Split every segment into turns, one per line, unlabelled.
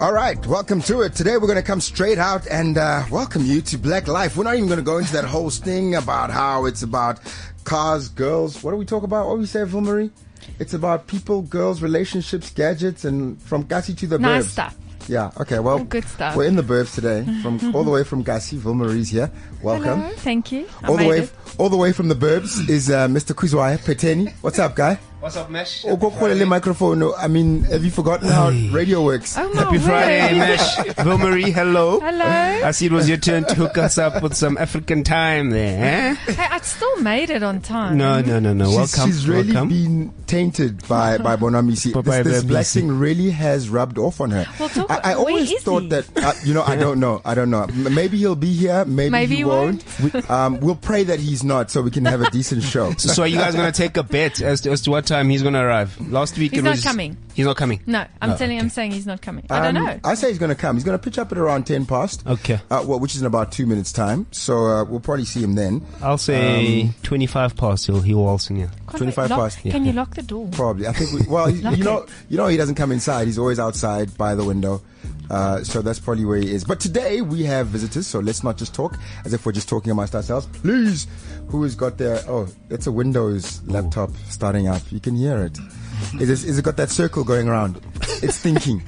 All right, welcome to it. Today we're going to come straight out and uh, welcome you to Black Life. We're not even going to go into that whole thing about how it's about cars, girls. What do we talk about? What do we say, Vilmarie? It's about people, girls, relationships, gadgets, and from Gassi to the
Nice
burbs.
stuff.
Yeah. Okay. Well,
Good stuff.
We're in the burbs today, from all the way from Gassi. Vilmarie's here. Welcome.
Hello, thank you. I
All the
made
way,
it.
all the way from the burbs is uh, Mr. Kuzwai Peteni. What's up, guy?
What's up, Mesh?
Oh, go call the microphone. No, I mean, have you forgotten how radio works?
Oh my
Happy
word.
Friday, Mesh. Vilmarie, hello.
Hello.
I see it was your turn to hook us up with some African time there. eh?
Hey, I still made it on time.
No, no, no, no.
She's,
welcome.
she's really
welcome.
been tainted by by Bonamisi.
By- by
this this
Bonamisi.
blessing really has rubbed off on her.
Well, talk-
I, I
where
always
is
thought
he?
that uh, you know I don't know I don't know. M- Maybe he'll be here. Maybe,
Maybe
he
he
won't. um, we'll pray that he's not, so we can have a decent show.
so, so are you guys going to take a bet as to, as to what time he's going to arrive? Last week
He's
it
not
was.
coming.
He's not coming.
No, I'm
No,
telling you, I'm saying he's not coming. I don't
Um,
know.
I say he's going to come. He's going to pitch up at around ten past.
Okay.
Uh, well, which is in about two minutes' time. So uh, we'll probably see him then.
I'll say 25 past. He'll, he'll waltz in here.
Can't
25
lock,
past, yeah.
Can you lock the door?
Probably. I think. We, well, you, you know, you know, he doesn't come inside. He's always outside by the window. Uh, so that's probably where he is. But today we have visitors, so let's not just talk as if we're just talking amongst ourselves. Please, who has got their? Oh, it's a Windows laptop starting up. You can hear it. Is, this, is it got that circle going around? It's thinking.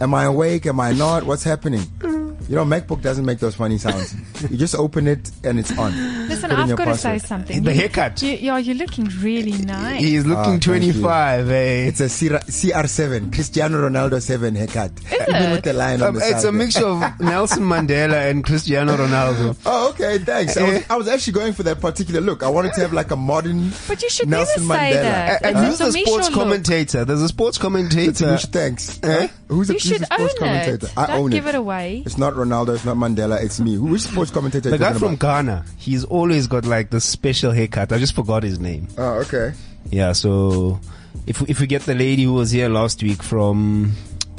Am I awake? Am I not? What's happening? You know, MacBook doesn't make those funny sounds. You just open it and it's on.
Listen,
Put in
I've
your
got to say
password.
something.
The
You-
haircut.
You, yeah, you're looking really nice.
He's looking
thank you.
25, eh?
It's a CR- CR7, Cristiano Ronaldo 7 haircut. Is Even
it?
with the line on
Um,
the
it's
side
a
there.
mixture of Nelson Mandela and Cristiano Ronaldo.
Oh, okay, thanks. I was,
Eh?
I was actually going for that particular look. I wanted to have like a modern
But you should
Nelson
never say
Mandela.
that.
And
It's
who's
a
the
Tomisho
sports
look.
commentator? There's a sports commentator.
Which thanks.
Eh?
Who's a,
You
who's
should
a
own
sports commentator?
it.
I
Don't
own
give
it.
it away.
It's not Ronaldo. It's not Mandela. It's me. Who, which sports commentator?
The
are you
guy
talking
from
about?
Ghana, he's always got like this special haircut. I just forgot his name.
Oh, okay.
Yeah, so if we, if we get the lady who was here last week from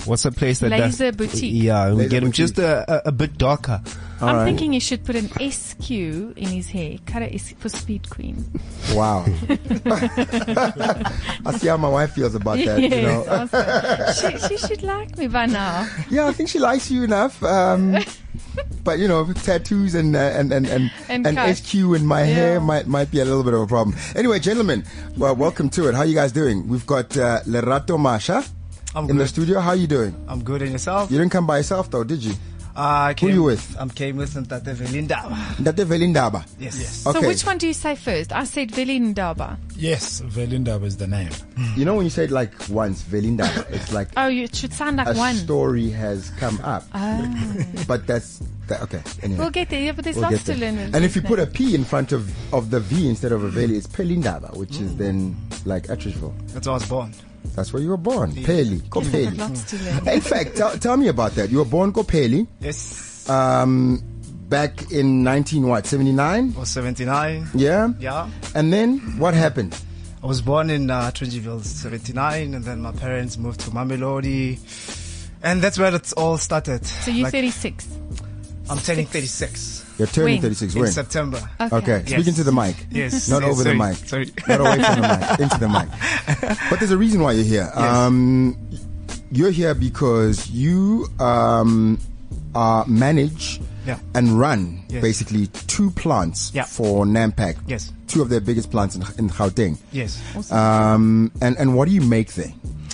what's the place that does-
Laser Boutique.
Yeah, we
Laser
get him
Boutique.
just a, a, a bit darker.
I'm thinking he should put an SQ in his hair. Cut it is- for Speed Queen.
Wow. I see how my wife feels about that. You know.
Yes, awesome. she, she should like me by now.
Yeah, I think she likes you enough. Um, but you know, tattoos and uh, and and and,
And cut.
SQ and my hair
Yeah.
might might be a little bit of a problem. Anyway, gentlemen, well, welcome to it. How you guys doing? We've got uh, Lerato Masha
I'm
in the
good.
studio. How you doing?
I'm good and yourself?
You didn't come by yourself though, did you?
Uh, I came,
you with?
I'm came with Ntate Velinda.
Ndate Velindaba.
Yes. yes.
Okay.
So which one do you say first? I said Velindaba.
Yes, Velinda was the name.
You know when you say it like once Velindaba, it's like
Oh, you, it should sound like
a
one. Ah.
story has come up. But that's that, okay. Anyway.
We'll get there, yeah, but there's
We'll
lots
get
to
there.
learn. with
And if
this
you put
now.
a P in front of, of the V instead of a veli, it's Pelindaba, which is then like Atridgeville.
That's where I was born.
That's where you were born. Peli.
We've got
Kopeli.
lots to learn.
In fact, tell tell me about that. You were born Kopeli
Yes.
um, back in 19, what, 79?
I was 79.
Yeah?
Yeah.
And then what happened?
I was born in uh, Trujillville, 79, and then my parents moved to Mamelodi. And that's where it all started.
So you're
Like,
36.
I'm turning 36
You're turning
When?
36.
in
When?
September.
Uh,
Okay.
Okay, speaking
Yes.
to the mic.
Yes.
Not
Yes,
over the
sorry,
mic.
Sorry.
Not away from the mic, into the mic. But there's a reason why you're here. Um, you're here because you um, uh, manage
Yeah.
and run
Yes.
basically two plants
Yeah.
for Nampak.
Yes.
Two of their biggest plants in, in Gauteng.
Yes.
Um, and, and what do you make there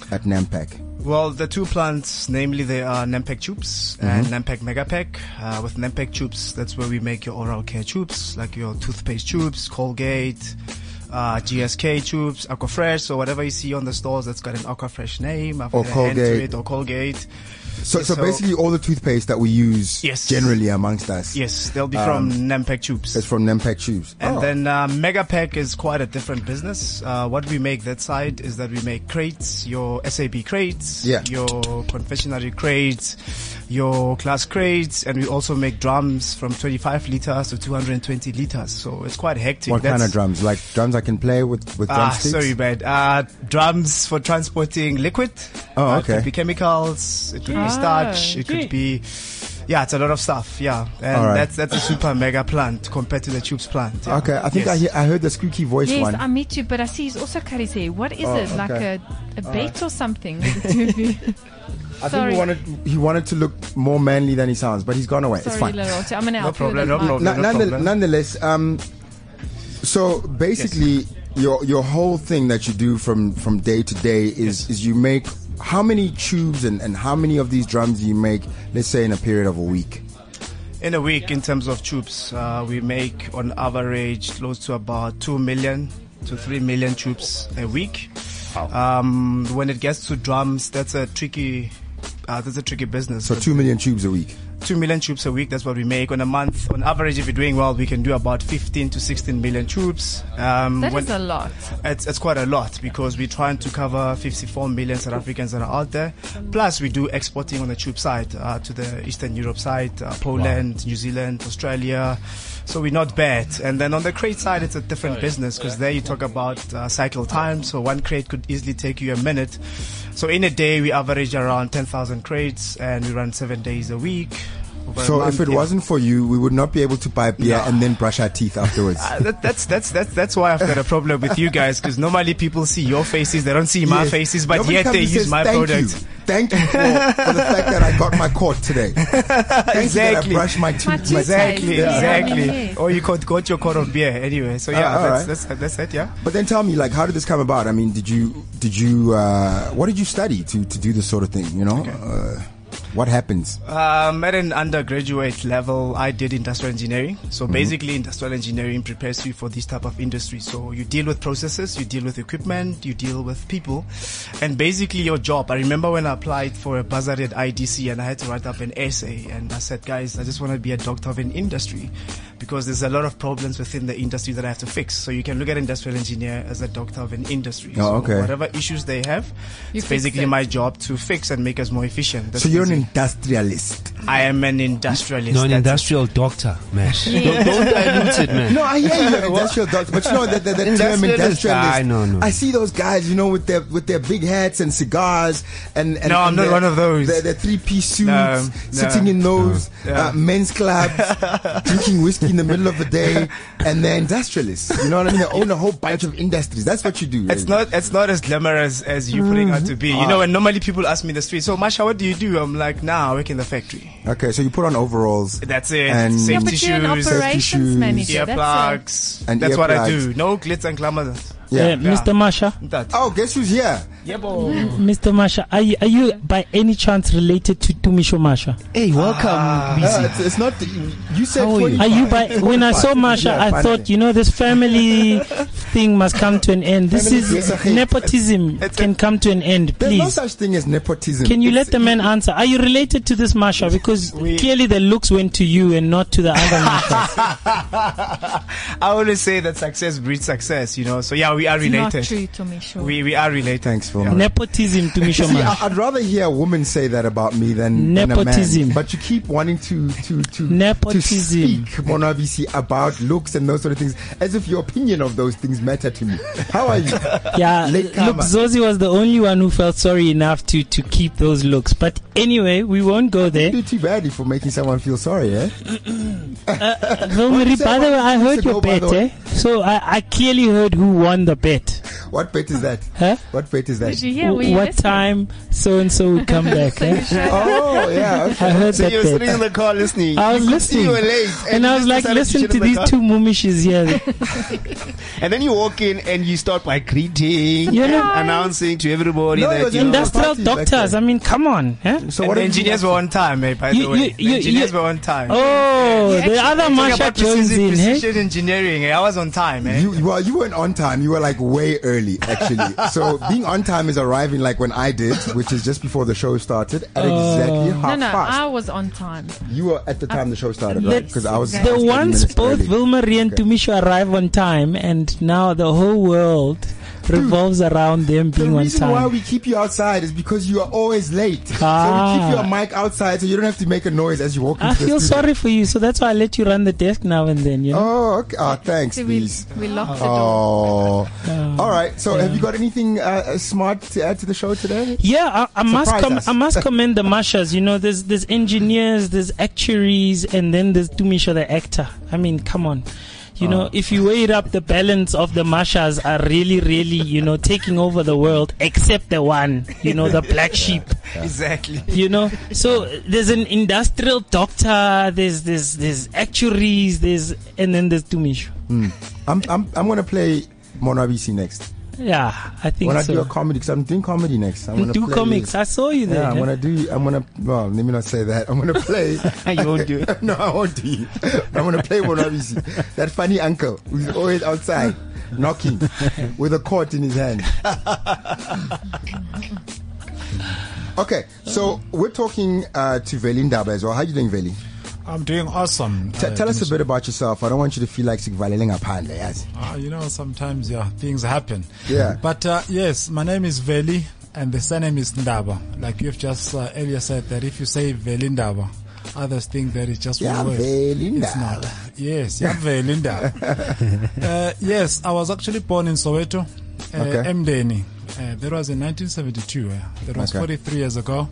at Nampak?
Well, the two plants, namely, they are Nampec tubes and
Mm-hmm.
Nampec Megapack. Uh, with Nampec tubes, that's where we make your oral care tubes, like your toothpaste tubes, Colgate, uh, GSK tubes, Aquafresh. So whatever you see on the stores that's got an Aquafresh name, I've
Or
had a hand to
Colgate.
it, or Colgate.
So, so,
So-
basically, all the toothpaste that we use
Yes.
generally amongst us
Yes, they'll be
Um,
from Nampec tubes.
is from Nampak tubes.
And
Oh.
then uh, Megapack is quite a different business. Uh, what we make that side is that we make crates, your SAB crates,
Yeah.
your confectionery crates, your glass crates, and we also make drums from 25 liters to 220 liters. So it's quite hectic.
what kind
That's-
of drums? Like drums I can play with with
Ah,
drumsticks.
sorry, bad. Uh, drums for transporting liquid.
Oh,
Uh, It
okay.
could be chemicals. It could be starch. It could be, yeah, it's a lot of stuff. Yeah, and
All right.
that's that's a super mega plant compared to the tubes plant. yeah.
Okay, I think
Yes.
I, hear, I heard the squeaky voice
Yes,
one. Oh,
I met you, but I see he's also cut his hair. What is it? Like
okay.
a, a bet or something?
I think
Sorry.
he wanted, he wanted to look more manly than he sounds, but he's gone away. it's
Sorry,
fine.
Larote. I'm going to
No
help
problem,
you.
no
with that.
problem.
No-
no
nonethe-
problem.
nonetheless, um, so basically, your your whole thing that you do from from day to day is is you make how many tubes and and how many of these drums do you make? Let's say in a period of a week.
In a week, in terms of tubes, uh, we make on average close to about 2 million to 3 million tubes a week. Um, when it gets to drums, that's a tricky, uh, that's a tricky business.
So two million tubes a week.
2 million tubes a week, that's what we make. On a month, on average, if you're doing well, we can do about 15 to 16 million tubes. Um,
That
when-
is a lot.
it's, it's quite a lot because we're trying to cover 54 million South Africans that are out there. Plus, we do exporting on the tube side uh, to the Eastern Europe side, uh, Poland, New Zealand, Australia. So we're not bad. And then on the crate side, it's a different business because there you talk about uh, cycle time. So one crate could easily take you a minute. So in a day, we average around 10,000 crates and we run seven days a week. Over a
So
month,
if it
yeah.
wasn't for you, we would not be able to buy beer and then brush our teeth afterwards.
Uh, that, that's that's that's that's why I've got a problem with you guys because normally people see your faces, they don't see my
Yes.
faces, but
Nobody
yet
comes
they
and
use
says,
my
Thank
product.
You. Thank you for, for the fact that I got my court today. Thank
Exactly.
You that I brushed my teeth.
My tooth
Exactly,
Yeah.
exactly.
Yeah.
Or you got got your coat of beer anyway. So yeah,
Ah, all
that's,
right.
that's that's it. Yeah.
But then tell me, like, how did this come about? I mean, did you did you uh, what did you study to to do this sort of thing? You know, uh, what happens?
Um, at an undergraduate level, I did industrial engineering. So
Mm-hmm.
basically, industrial engineering prepares you for this type of industry. So you deal with processes, you deal with equipment, you deal with people, and basically your job. I remember when I applied for a buzzard at IDC and I had to write up an essay, and I said, guys, I just want to be a doctor of an industry because there's a lot of problems within the industry that I have to fix. So you can look at industrial engineer as a doctor of an industry.
Oh,
so
okay.
Whatever issues they have,
You
it's
fix
basically
it.
my job to fix and make us more efficient. That's
So you're an
basically-
industrialist.
I am an industrialist.
No, an
That's-
industrial doctor, man. don't, don't dilute it, man.
No, I hear you, industrial doctor. But you know that, that, that term
Industrialist.
industrialist.
Ah, no, no.
I see those guys, you know, with their with their big hats and cigars, and, and
No, I'm
and
not
their-
one of those.
Their, their three piece suits,
No,
sitting
no.
in those
Yeah.
uh, men's clubs, drinking whiskey in the middle of the day, and they're industrialists. You know what I mean? They own a whole bunch of industries. That's what you do.
It's
really.
not it's not as glamorous as you putting out to be. You know, and normally people ask me in the street, so Masha, what do you do? I'm like, nah, I work in the factory.
okay. So you put on overalls.
That's it.
And-
Yeah,
Safety
but you're an
shoes,
operation
operations
shoes,
manager. That's um, it.
earplugs.
And
That's what I do.
earplugs.
No glitz and glamour.
Uh,
Yeah.
Mr. Masha,
That.
Oh, guess who's here?
Mr. Masha, are you, are you by any chance related to Tumisho Masha?
Hey, welcome,
Uh,
Ah.
Busy.
it's, it's not. You said
How are you?
Are
45.
you by? When I saw Masha,
Yeah,
I
fine.
thought you know this family thing must come to an end. This
Family is
is
a hate.
nepotism
It's a-
can come to an end,
There's no
please.
such thing as nepotism.
Can you
It's-
let the man answer? Are you related to this Masha? Because
We-
clearly the looks went to you and not to the other Masha.
I always say that success breeds success, you know. So yeah, we are
It's not
related.
true to me, sure.
We we are related.
Thanks, Vilma.
Nepotism, Tumisho
See, I-
Masha.
I'd rather hear a woman say that about me than, than a
Nepotism.
man. But you keep wanting to to to to
Nepotism.
speak Monavisi about looks and those sort of things, as if your opinion of those things matter to me. How are you?
Yeah,
uh, Late
look,
comer.
Zozi was the only one who felt sorry enough to to keep those looks. But anyway, we won't go there.
Do too badly for making someone feel sorry, eh?
Romri,
said
by
one
the way, I
week
heard
ago,
your
by the
bet, eh?
way.
So I, I clearly heard who won the bet.
What bet is that?
Huh?
What bet is
Did
that?
you hear? Were
what
you
time so and so would come back? eh?
Oh yeah, okay.
I heard that bet.
the car listening.
I was listening.
late.
And I was like, listen to these two moomishes here.
And then you walk in and you start by greeting,
You know-
announcing to everybody
No, it
that
was
you
in
know,
that-
Industrial
party back
doctors,
then.
I mean, come on. eh?
So
and
what did you-
the engineers were on time, eh, by
You-
the way.
you- you-
the engineers
you-
were on time.
Oh, the other
Talking
Masha
about
joins
precision,
in, eh?
precision engineering. eh, I was on time, eh?
You, well, you weren't on time. You were like way early, actually. so being on time is arriving like when I did, which is just before the show started at
Oh.
exactly
No,
half
no,
past.
I was on time.
You were at the time the show started,
The-
right? Because I was
The once both Wilmer and
Okay.
Tumisho arrive on time, and now the whole world revolves around them
Hmm. The
being on
reason why
time.
we keep you outside is because you are always late. So we
Ah.
keep your mic outside so you don't have to make a noise as you walk.
I
into the
feel
studio.
sorry for you, so that's why I let you run the desk now and then, you know?
Oh, okay. Ah, thanks,
See, we,
please.
we locked the door.
Oh,
Um,
all right. So, have
yeah.
you got anything uh, uh, smart to add to the show today?
Yeah, I, I must
Surprise
com-
us.
I must commend the Mashas. You know, there's there's engineers, there's actuaries, and then there's Dumisha the actor. I mean, come on. You
Oh.
know, if you weigh it up, the balance of the Mashas are really, really, you know, taking over the world, except the one, you know, the black sheep.
Exactly.
You know, so there's an industrial doctor, there's there's there's actuaries, there's and then there's Tumisho.
I'm I'm I'm gonna play Monabisi next.
Yeah, I think
When I do
so.
a comedy, because I'm doing comedy next. I'm gonna
do
play-
comics. I saw you there.
Yeah, I'm gonna do. I'm gonna. Well, let me not say that. I'm gonna play.
you won't do it.
no, I won't do it. I'm gonna play Monabisi, that funny uncle who's always outside knocking with a court in his hand. okay, so we're talking uh, to Veli Ndaba as well. How you doing, Veli?
I'm doing awesome.
T-
Uh,
tell us a
Tumisho.
bit about yourself. I don't want you to feel like Sigvaleling Apandle, yes.
Ah, you know, sometimes yeah, things happen.
Yeah.
But uh, yes, my name is Veli, and the surname is Ndaba. Like you've just uh, earlier said that if you say Veli Ndaba, others think that it's just
Yeah,
one word.
Veli
It's
Ndaba.
not. Yes, yeah, Veli Ndaba. uh, yes, I was actually born in Soweto, uh,
Okay.
Mdeni. Uh, that was in 1972. Uh, that was
Okay.
43 years ago.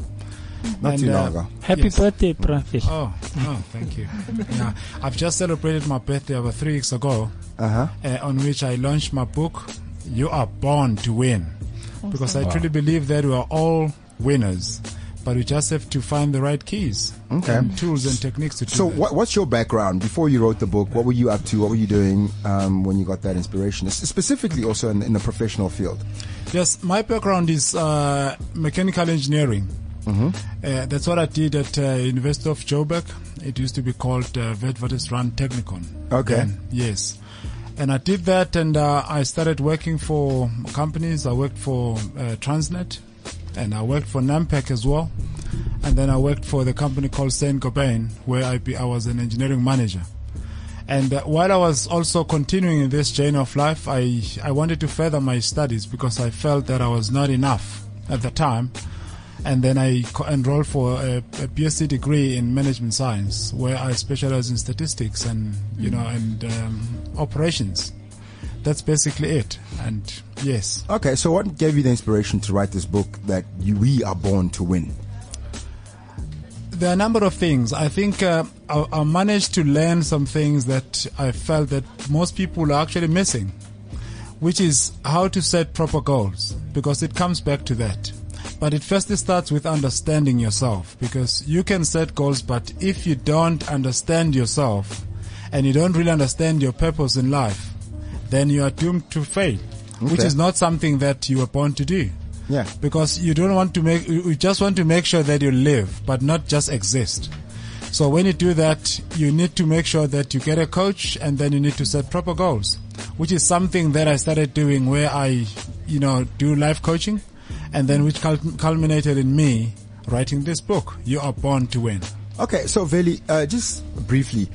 Not
And,
too
uh,
long ago.
Happy
Yes.
birthday, Prophet.
Oh, oh, thank you. Yeah, I've just celebrated my birthday about three weeks ago,
Uh-huh.
uh, on which I launched my book, You Are Born to Win. Because I truly believe that we are all winners, but we just have to find the right keys,
Okay.
and tools, and techniques to do
So,
that.
what, what's your background before you wrote the book? What were you up to? What were you doing um, when you got that inspiration? S- Specifically, also in, in the professional field.
Yes, my background is uh, mechanical engineering. Uh, that's what I did at uh, University of Joburg. It used to be called uh, Witwatersrand Technikon.
Okay.
Then, yes. And I did that and uh, I started working for companies. I worked for uh, Transnet and I worked for Nampec as well. And then I worked for the company called Saint Gobain where I, be, I was an engineering manager. And uh, while I was also continuing in this journey of life, I, I wanted to further my studies because I felt that I was not enough at the time. And then I co- enrolled for a, a BSc degree in management science, where I specialize in statistics and you know and um, operations. That's basically it. And yes,
Okay, so what gave you the inspiration to write this book that you, we are born to win?
there are a number of things. I think uh, I, I managed to learn some things that I felt that most people are actually missing, which is how to set proper goals, because it comes back to that. But it firstly starts with understanding yourself, because you can set goals, but if you don't understand yourself and you don't really understand your purpose in life, then you are doomed to fail, which
Okay.
is not something that you were born to do
Yeah.
because you don't want to make you you just want to make sure that you live but not just exist so when you do that you need to make sure that you get a coach and then you need to set proper goals which is something that i started doing where i you know do life coaching and then which cul- culminated in me writing this book you are born to win
Okay, so Veli, uh, just briefly,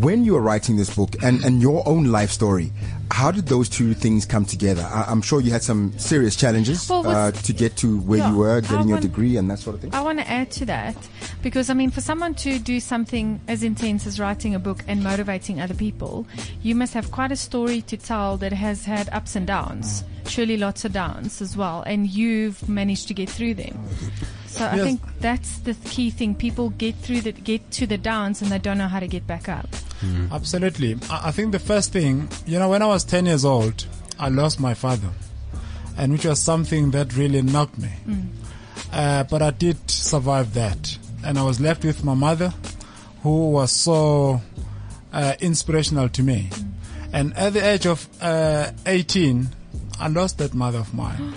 when you were writing this book and, and your own life story, how did those two things come together? I, I'm sure you had some serious challenges
Well,
uh,
what's-
to get to where
Yeah,
you were,
I
getting your
want-
degree and that sort of thing.
I want to add to that because I mean, for someone to do something as intense as writing a book and motivating other people, you must have quite a story to tell that has had ups and downs, surely lots of downs as well, and you've managed to get through them. So I
Yes.
think that's the key thing. People get through the get to the downs and they don't know how to get back up.
Absolutely. I, I think the first thing, you know, when I was 10 years old, I lost my father, and which was something that really knocked me. Uh, but I did survive that, and I was left with my mother, who was so uh, inspirational to me. And at the age of uh, 18, I lost that mother of mine.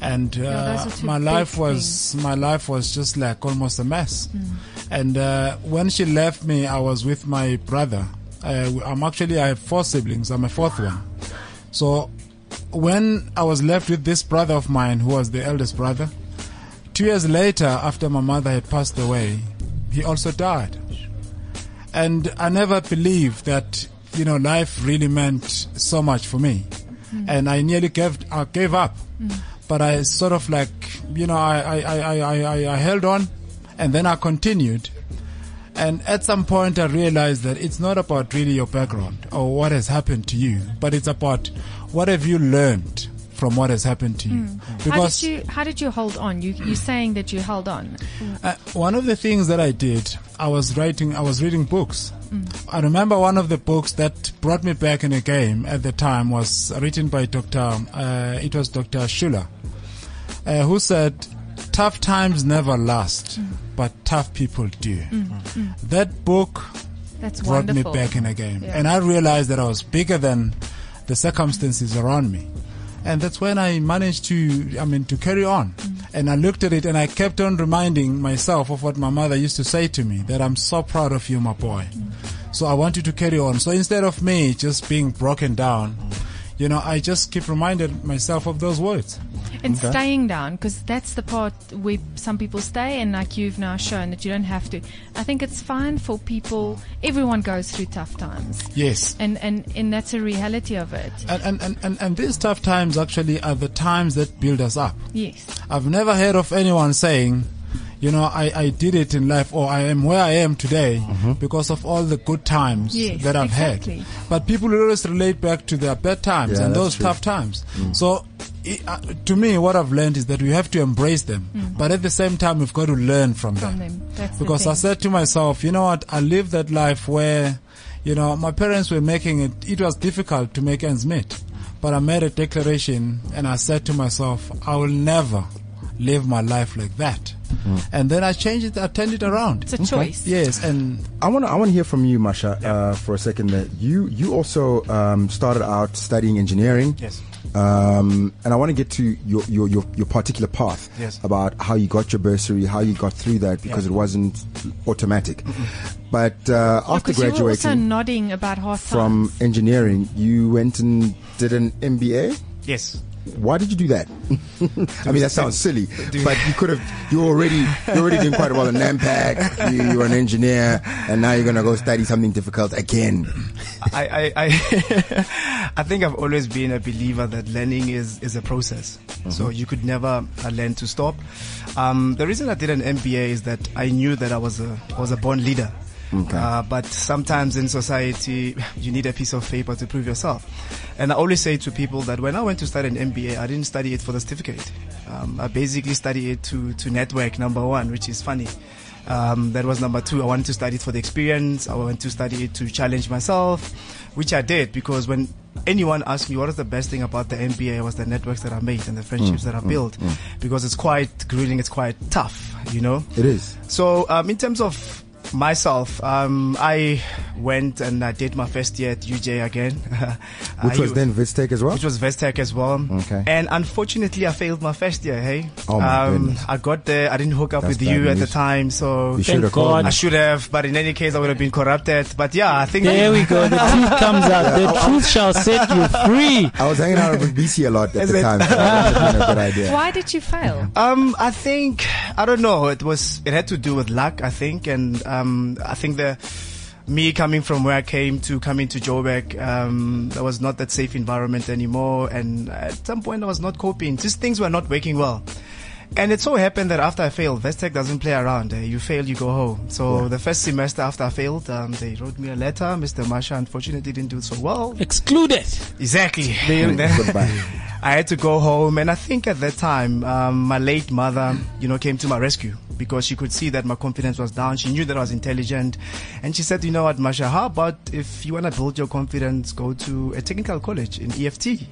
And uh,
those are two
my
big
life was my life was just like almost a mess.
Hmm.
And uh, when she left me, I was with my brother. Uh, I'm actually I have four siblings. I'm a fourth one. So when I was left with this brother of mine, who was the eldest brother, two years later, after my mother had passed away, he also died. And I never believed that you know life really meant so much for me,
Hmm.
and I nearly gave I gave up. But I sort of like you know I I, I, I, I I held on, and then I continued. And at some point, I realized that it's not about really your background or what has happened to you, but it's about what have you learned from what has happened to you.
Hmm. how did you how did you hold on? You you're saying that you held on.
Uh, one of the things that I did, I was writing, I was reading books, I remember one of the books that brought me back in a game at the time was written by Dr. Uh, it was Dr. Schuller, uh, who said, Tough times never last, but tough people do. That book
That's
brought
wonderful.
me back in a game.
Yeah.
And I realized that I was bigger than the circumstances around me. And that's when I managed to, I mean, to carry on.
Mm-hmm.
And I looked at it and I kept on reminding myself of what my mother used to say to me, that I'm so proud of you, my boy.
Mm-hmm.
So I want you to carry on. So instead of me just being broken down, you know, I just keep reminded myself of those words.
And staying down, because that's the part where some people stay, and like you've now shown that you don't have to. I think it's fine for people, everyone goes through tough times.
Yes.
And, and, and that's a reality of it.
And, and, and, and, and these tough times actually are the times that build us up.
Yes.
I've never heard of anyone saying, you know, I, I did it in life or I am where I am today
Mm-hmm.
because of all the good times
Yes,
that I've
exactly.
had. But people always relate back to their bad times
Yeah,
and
that's
those
true. Mm.
tough times. So, i uh, to me, what I've learned is that we have to embrace them. But at the same time, we've got to learn from,
Mm. From them. That's the
because I
thing.
said to myself, you know what? I lived that life where, you know, my parents were making it. It was difficult to make ends meet, but I made a declaration and I said to myself, I will never live my life like that. And then I changed it. I turned it around.
It's a choice.
Yes, and
I want to I want to hear from you, Masha, uh, for a second. That you you also um, started out studying engineering.
Yes.
Um, and I want to get to your, your, your, your particular path
Yes.
about how you got your bursary, how you got through that because
Yeah. Mm-hmm.
it wasn't automatic. But uh, after
Because you were also
graduating
nodding about hard
from
times.
engineering, you went and did an MBA.
Yes.
Why did you do that? I mean, that sounds silly, but you could have. You're already you're already doing quite well in NAMPAC. You, you're an engineer, and now you're gonna go study something difficult again.
I, I, I, I think I've always been a believer that learning is, is a process.
Mm-hmm.
So you could never uh, learn to stop. Um, the reason I did an MBA is that I knew that I was a, was a born leader. Uh, but sometimes in society, you need a piece of paper to prove yourself. And I always say to people that when I went to study an MBA, I didn't study it for the certificate. Um, I basically studied it to, to network, number one, which is funny. Um, that was number two. I wanted to study it for the experience. I wanted to study it to challenge myself, which I did because when anyone asked me what is the best thing about the MBA was the networks that I made and the friendships that I built because it's quite grueling, it's quite tough, you know?
It is.
So, um, in terms of myself, um, I went and I did my first year at UJ again.
Which
Uh,
was
you-
then VisTech as well.
which was Vestec as well.
Okay.
And unfortunately, I failed my first year. Hey, Um,
Oh my goodness.
I got there. I didn't hook up
That's
with
bad
you at the
news.
time, so
you should have
Thank
called.
God.
I
me.
should have. But in any case, I would have been corrupted. But yeah, I think
There we go. The truth comes out. The truth shall set you free.
I was hanging out with BC a lot at
Is
the
it?
time. So that would have been a good idea.
Why did you fail?
Um, I think I don't know. It was it had to do with luck, I think, and um, I think the me coming from where I came to coming to Joburg, um, there was not that safe environment anymore, and at some point I was not coping. Just things were not working well. And it so happened that after I failed, Vestec doesn't play around. Eh, you fail, you go home. So the first semester after I failed, um, they wrote me a letter. Mr. Masha unfortunately didn't do so well.
Excluded.
Exactly.
Goodbye.
I had to go home, and I think at that time, um, my late mother, you know, came to my rescue because she could see that my confidence was down. She knew that I was intelligent, and she said, "You know what, Masha? How about if you want to build your confidence, go to a technical college in EFT?"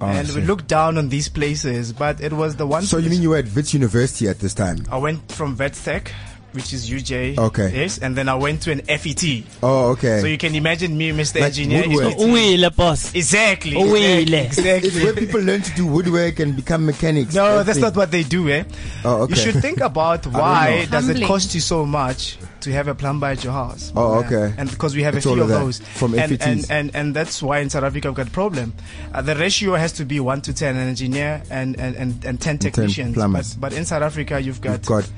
Oh, I
and we
see.
looked down on these places, but it was the one.
So you
place-
mean you were at Vits University at this time?
I went from VetTech, which is UJ.
Okay.
Yes, and then I went to an FET.
Oh, okay.
So you can imagine me, Mr.
Like
Engineer.
woodwork.
FET.
Uwile, boss.
Exactly.
Uwile.
Exactly.
it's where
exactly.
people learn to do woodwork and become mechanics.
No, that's
it.
not what they do, eh?
Oh, okay.
You should think about why
know.
does it
Humbling.
cost you so much to have a plumber at your house?
Oh,
Yeah.
okay.
And because we have
It's
a
all
few
of
of,
that
those,
from E
and,
FETs.
and and and that's why in South Africa we've got a problem. Uh, the ratio has to be one to ten, an engineer and and and, and ten technicians.
plumbers.
but but in South Africa you've got.
You've got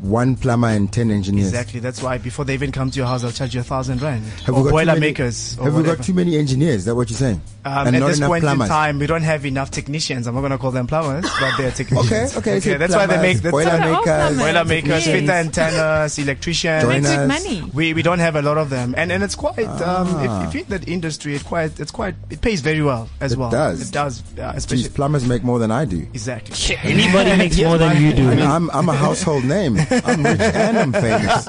one plumber and ten engineers.
Exactly. That's why before they even come to your house, I'll charge you a thousand rand.
Have
or
we got too
boiler
many-
makers. Or
Have we
whatever.
got too many engineers? Is that what you're saying?
Um,
and
at
not
this
enough
point
plumbers.
in time, we don't have enough technicians. I'm not going to call them plumbers, but they're
Okay,
technicians.
okay. so
that's why they
plumbers,
make that's
boiler
They're all
makers.
plumbers.
boiler makers,
Yes.
fitter antennas,
Join
Make
electricians.
us.
good money.
We, we don't have a lot of them, and and it's quite um, if, if you're in that industry, it quite it's quite it pays very well
Ah.
as
It
well.
does.
It does, uh,
Jeez,
especially
plumbers make more than I do.
exactly.
Anybody makes more than you
I
do.
mean, I'm, I'm a household name. I'm rich and I'm famous.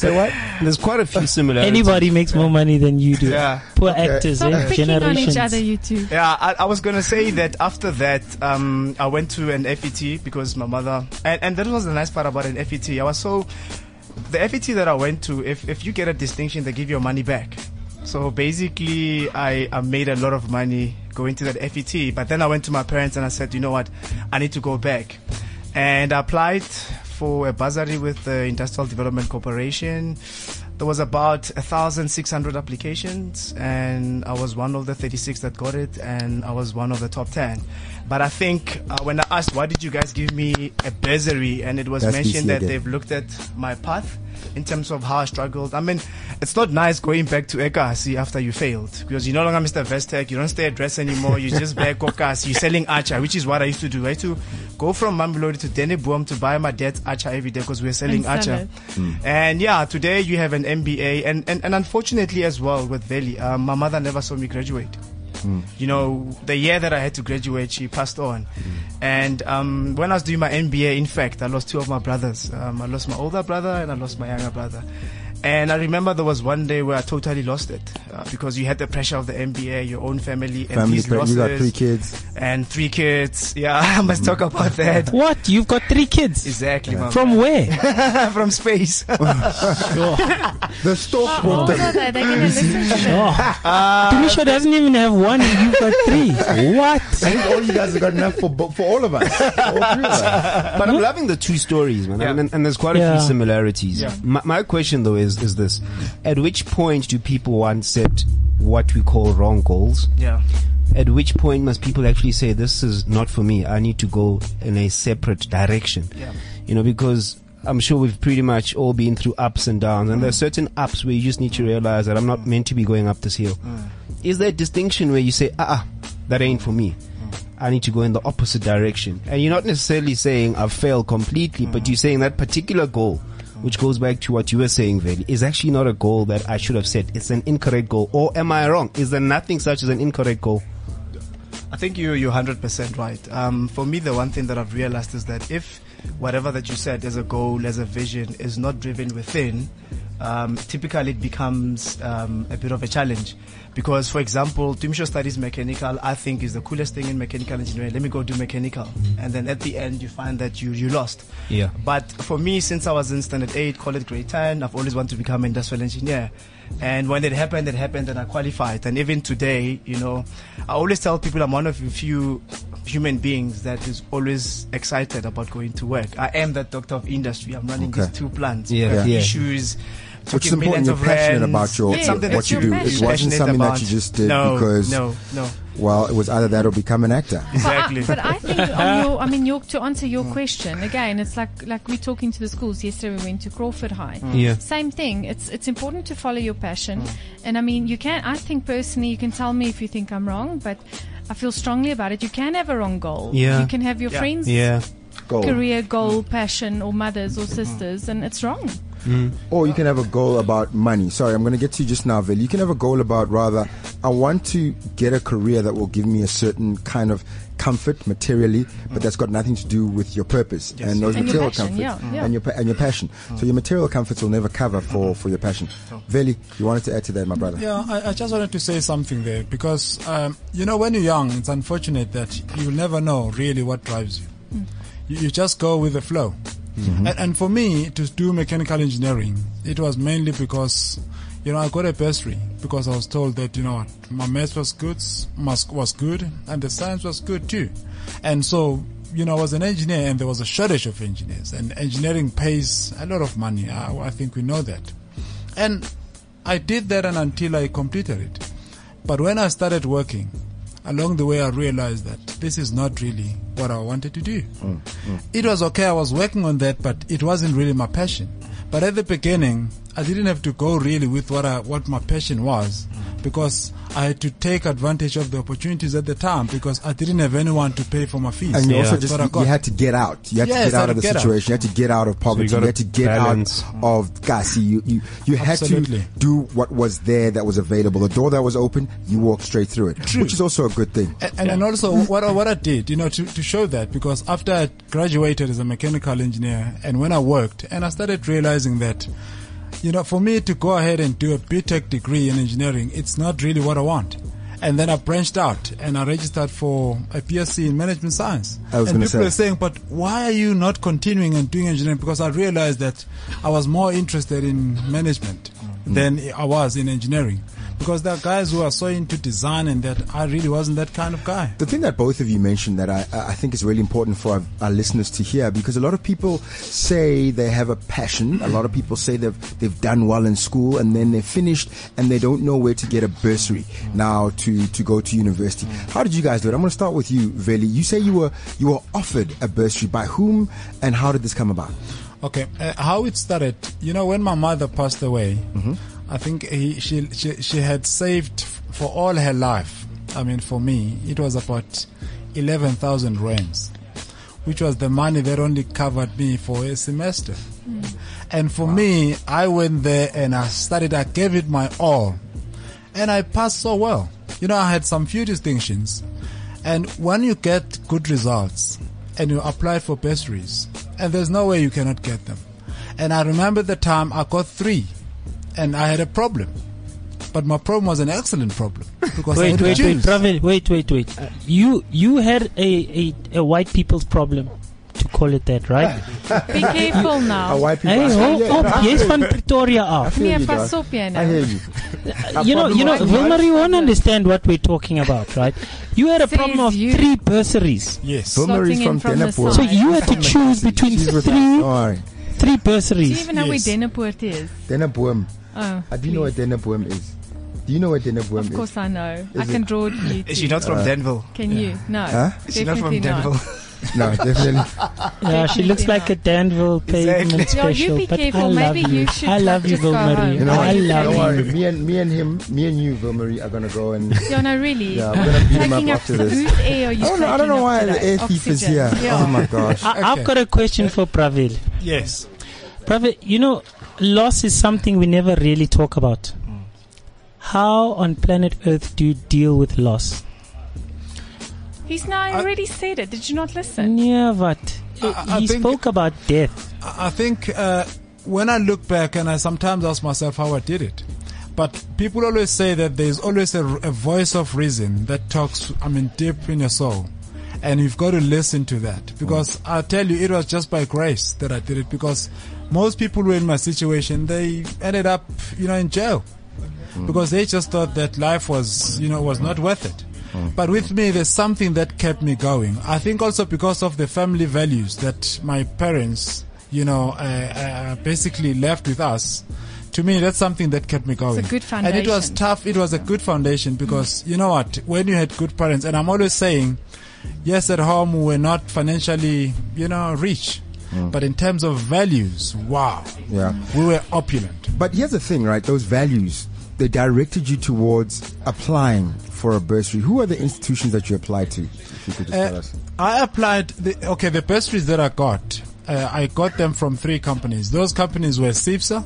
Say what?
There's quite a few similarities.
Anybody makes more money than you do.
Yeah.
Poor actors,
Stop
eh?
picking on each other,
Generations.
you two.
Yeah, I, I was gonna say that after that, um, I went to an FET because my mother, and, and that was the nice part about an FET. I was so, the FET that I went to, if, if you get a distinction, they give your money back. So basically, I, I made a lot of money going to that FET, but then I went to my parents and I said, you know what, I need to go back. And I applied for a bursary with the Industrial Development Corporation. There was about 1,600 applications, and I was one of the 36 that got it, and I was one of the top 10. But I think uh, when I asked, why did you guys give me a bursary? And it was
That's
mentioned
BC
that
again.
they've looked at my path in terms of how I struggled. I mean, it's not nice going back to Ekasi after you failed because you're no longer Mr. Vestec. You don't stay at dress anymore. You're just back Okasi. You're selling Archer, which is what I used to do. I used to go from Mamelodi to Deneboom to buy my dad's Archer every day because we were selling
And sell
Archer. And yeah, today you have an MBA. And, and, and unfortunately, as well with Veli, um, my mother never saw me graduate you know, the year that I had to graduate, she passed on.
Mm.
And um, when I was doing my MBA, in fact, I lost two of my brothers. Um, I lost my older brother and I lost my younger brother. And I remember there was one day where I totally lost it uh, because you had the pressure of the MBA, your own family, and
Family,
these
friend,
losses,
you got three Mm. kids.
and three kids. Yeah, I must talk about that.
What? You've got three kids?
Exactly, man.
From where?
from space.
The stalk
How old are they? Oh, They're going to listen to them.
Oh.
Uh,
Tumisha doesn't even have one. and You've got three.
I
What?
think all you guys have got enough for bo- for all of us. For all three of us.
But I'm loving the two stories, man.
Yeah.
And, and there's quite a
Yeah.
few similarities.
Yeah.
My, my question though is, is this. At which point do people want set what we call wrong goals?
yeah.
At which point must people actually say, this is not for me. I need to go in a separate direction.
Yeah.
You know, because I'm sure we've pretty much all been through ups and downs and there are certain ups where you just need to realize that I'm not meant to be going up this hill. Is there a distinction where you say, ah, uh that ain't for me. I need to go in the opposite direction. And you're not necessarily saying I've failed completely, but you're saying that particular goal, which goes back to what you were saying, Veli, is actually not a goal that I should have set. It's an incorrect goal. Or am I wrong? Is there nothing such as an incorrect goal?
I think you you're hundred percent right. Um, for me, the one thing that I've realized is that if whatever that you said as a goal, as a vision, is not driven within, um, typically it becomes um, a bit of a challenge. Because, for example, Timsho studies mechanical. I think is the coolest thing in mechanical engineering. Let me go do mechanical, and then at the end you find that you you lost.
Yeah.
But for me, since I was in standard eight, call it grade ten, I've always wanted to become an industrial engineer. And when it happened, it happened, and I qualified. And even today, you know, I always tell people I'm one of the few human beings that is always excited about going to work. I am that doctor of industry. I'm running
Okay.
these two plants,
Yeah,
uh,
yeah.
issues.
Which is
talking
important.
millions
You're
of
passionate
rands.
about your
Yeah,
Something
what
that
you
you're
do.
really
It wasn't
passionate
something
about.
that you just did
no,
because
no, no,
well, it was either that or become an actor.
exactly.
But I, but I think, on your, I mean, your, to answer your question again, it's like like we're talking to the schools. Yesterday we went to Crawford High.
Yeah.
Same thing. It's it's important to follow your passion, and I mean, you can. I think personally, you can tell me if you think I'm wrong, but I feel strongly about it. You can have a wrong goal.
Yeah.
You can have your
Yeah.
friends.
Yeah.
Goal.
Career goal, passion, or mothers or sisters, and it's wrong.
Or you can have a goal about money. Sorry, I'm going to get to you just now, Vili. You can have a goal about rather, I want to get a career that will give me a certain kind of comfort materially, but that's got nothing to do with your purpose and those
And your
material
passion,
comforts
yeah, yeah. Mm-hmm.
and your pa- and your passion. So your material comforts will never cover for for your passion. Veli, you wanted to add to that, my brother.
Yeah, I, I just wanted to say something there because um, you know when you're young, it's unfortunate that you never know really what drives you.
Hmm.
You, you just go with the flow. And, and for me to do mechanical engineering, it was mainly because you know I got a bursary because I was told that you know what my maths was good, my sc- was good, and the science was good too, and so. You know, I was an engineer and there was a shortage of engineers and engineering pays a lot of money. I, I think we know that. And I did that and until I completed it. But when I started working, along the way I realized that this is not really what I wanted to do.
Mm,
It was okay, I was working on that, but it wasn't really my passion. But at the beginning, I didn't have to go really with what I, what my passion was, because I had to take advantage of the opportunities at the time because I didn't have anyone to pay for my fees.
And you also
That's
just
what I
you,
got.
had to get out. You had
Yes,
to get
I
out of
had
the
to get out.
situation. You had to get out of poverty. you,
gotta
had to get
balance.
out of Kasi. You you, you had
Absolutely.
to do what was there that was available. The door that was open, you walked straight through it,
True.
which is also a good thing.
and, and, and also what I, what I did, you know, to, to show that because after I graduated as a mechanical engineer and when I worked and I started realizing that, you know, for me to go ahead and do a BTEC degree in engineering, it's not really what I want. And then I branched out and I registered for a PSC in management science.
I was
and
gonna
people
say.
are saying, but why are you not continuing and doing engineering? Because I realized that I was more interested in management
Mm.
than I was in engineering. Because there are guys who are so into design and that I really wasn't that kind of guy.
The thing that both of you mentioned that I, I think is really important for our, our listeners to hear because a lot of people say they have a passion. A lot of people say they've, they've done well in school and then they're finished and they don't know where to get a bursary now to, to go to university. How did you guys do it? I'm going to start with you, Veli. You say you were, you were offered a bursary by whom and how did this come about?
Okay, uh, how it started, you know, when my mother passed away, I think he, she, she she had saved f- for all her life. I mean, for me, it was about eleven thousand rands, which was the money that only covered me for a semester. And for me, I went there and I started. I gave it my all, and I passed so well. You know, I had some few distinctions. And when you get good results and you apply for bursaries, and there's no way you cannot get them. And I remember the time I got three and I had a problem. But my problem was an excellent problem because I
Wait,
had
wait,
to
wait,
choose.
Pravin, wait, wait, wait. You you had a, a, a white people's problem to call it that, right?
Be careful
Our
now.
white people.
hey,
I-
hope,
yeah,
hope,
no, I
yes,
feel
van Pretoria af.
you,
Nee,
dog.
pas op jy nou.
I hear you.
you know, you know,
problem
Wilmer, you won't understand what we're talking about, right? You had a
Says
problem of
you.
three bursaries,
Yes.
Wilmer is
Slotting in
from
from the
Tenapoort.
so
side.
you had to choose between
She's with us.
three
Don't worry.
three
Do you
bursaries.
even know where
Yes.
Dennepoort is?
Tenapoort.
Oh,
Uh, Do you know what Tenapoort is? Do you know what Tenapoort is?
of course I know. I
Is
can draw you.
Is
two.
she not from
Uh,
Denville?
Can you? No.
Huh?
Is she not from
definitely not.
Denville?
No, definitely.
Yeah, she looks like a Danville pavement
Exactly.
Yeah, you
special.
be
but I
careful.
love
Maybe
you.
you should
I love you,
just go
Wilmer.
home.
You know
I
what?
love
Don't
you.
worry. Me and me and him, me and you, Vilmarie, are gonna go and.
Yeah, no, really.
Yeah, we're gonna beat him
Taking
up
up
after this.
whose air are you
I don't know. I
taking
don't know
up
why the
today?
air thief is
Oxygen.
here. Oh
Yeah.
my gosh.
I, I've
Okay.
got a question for Pravil.
Yes.
Pravil, you know, loss is something we never really talk about. How on planet Earth do you deal with loss?
He's now I already said it. Did you not
Mm.
listen?
Never. t-
I- I
he
think-
spoke about death.
I I think uh, when I look back and I sometimes ask myself how I did it, but people always say that there's always a, a voice of reason that talks, I mean, deep in your soul. And you've got to listen to that because I tell you, it was just by grace that I did it because most people who were in my situation, they ended up, you know, in jail because they just thought that life was, you know, was not worth it. But with me, there's something that kept me going. I think also because of the family values that my parents, you know, uh, uh, basically left with us. To me, that's something that kept me going.
good
And it was
foundation. Mm.
tough. It was a good foundation because you know what? When you had good parents, and I'm always saying, yes, at home we were not financially, you know, rich, but in terms of values, wow,
Yeah.
we were opulent.
But here's the thing, right? Those values they directed you towards applying for a bursary. Who are the institutions that you applied to? If you could just tell
Uh,
us.
I applied. The, okay, the bursaries that I got, uh, I got them from three companies. Those companies were CIPSA,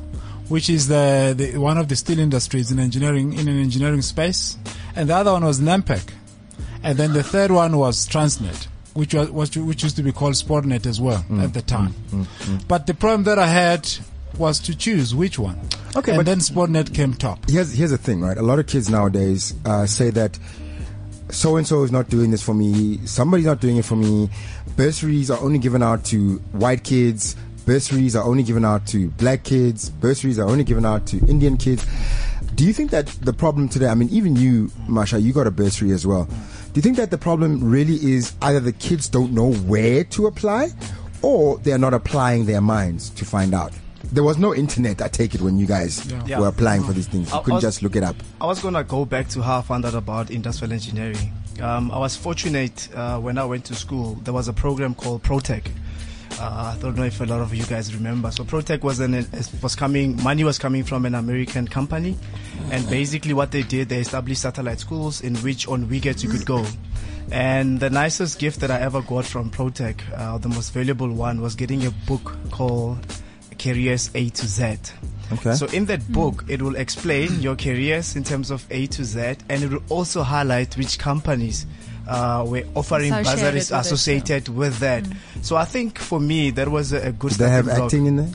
which is the, the one of the steel industries in engineering in an engineering space, and the other one was Nampec, and then the third one was Transnet. Which was which, which used to be called Sportnet as well
Mm.
at the time, but the problem that I had was to choose which one.
Okay,
and
but-
then Sportnet came top.
Here's here's the thing, right? A lot of kids nowadays uh, say that so and so is not doing this for me. Somebody's not doing it for me. Bursaries are only given out to white kids. Bursaries are only given out to black kids. Bursaries are only given out to Indian kids. Do you think that the problem today? I mean, even you, Masha, you got a bursary as well. Do you think that the problem really is either the kids don't know where to apply, or they are not applying their minds to find out? There was no internet, I take it, when you guys
Yeah.
were applying for these things. You
I- I
couldn't
was-
just look it up.
I was gonna go back to how I found out about industrial engineering. Um, I was fortunate uh, when I went to school. There was a program called ProTech, Uh, I don't know if a lot of you guys remember. So Protec was an was coming money was coming from an American company, and basically what they did they established satellite schools in which on weekends you could go. And the nicest gift that I ever got from Protec, uh, the most valuable one, was getting a book called Careers A to Z.
Okay.
So in that book, it will explain your careers in terms of A to Z, and it will also highlight which companies uh, were offering
Associated
bursaries
with it, Mm.
associated with that. So I think for me, that was a, a good.
Did they have
starting block.
acting in there?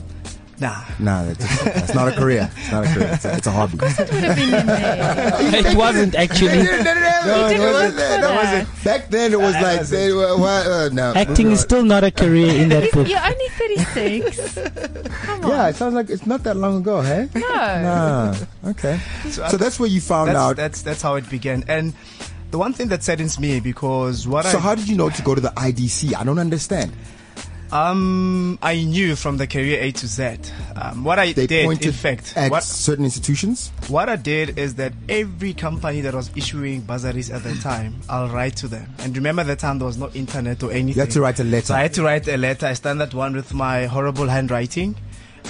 Nah.
No, that's, that's not a career. It's not a career. It's a, it's a hobby.
Would have been in there.
It wasn't actually.
No, it
didn't
wasn't
work
that.
for
That
that.
wasn't- Back then, it was like they were, what, uh, no.
Acting is still not a career in that book.
You're only 36. Come on.
Yeah, it sounds like it's not that long ago, hey?
No.
Ah, okay.
So I-
So that's where you found
that's,
out.
that's that's how it began, and the one thing that saddens me because what
so
I
how did you know to go to the IDC? I don't understand.
um I knew from the career A to Z, um, what I
They
did
pointed
in fact
at
what
certain institutions.
What I did is that every company that was issuing bursaries at the time, I'll write to them. And remember, at the time there was no internet or anything.
You had to write a letter.
So I had to write a letter. I standard one with my horrible handwriting.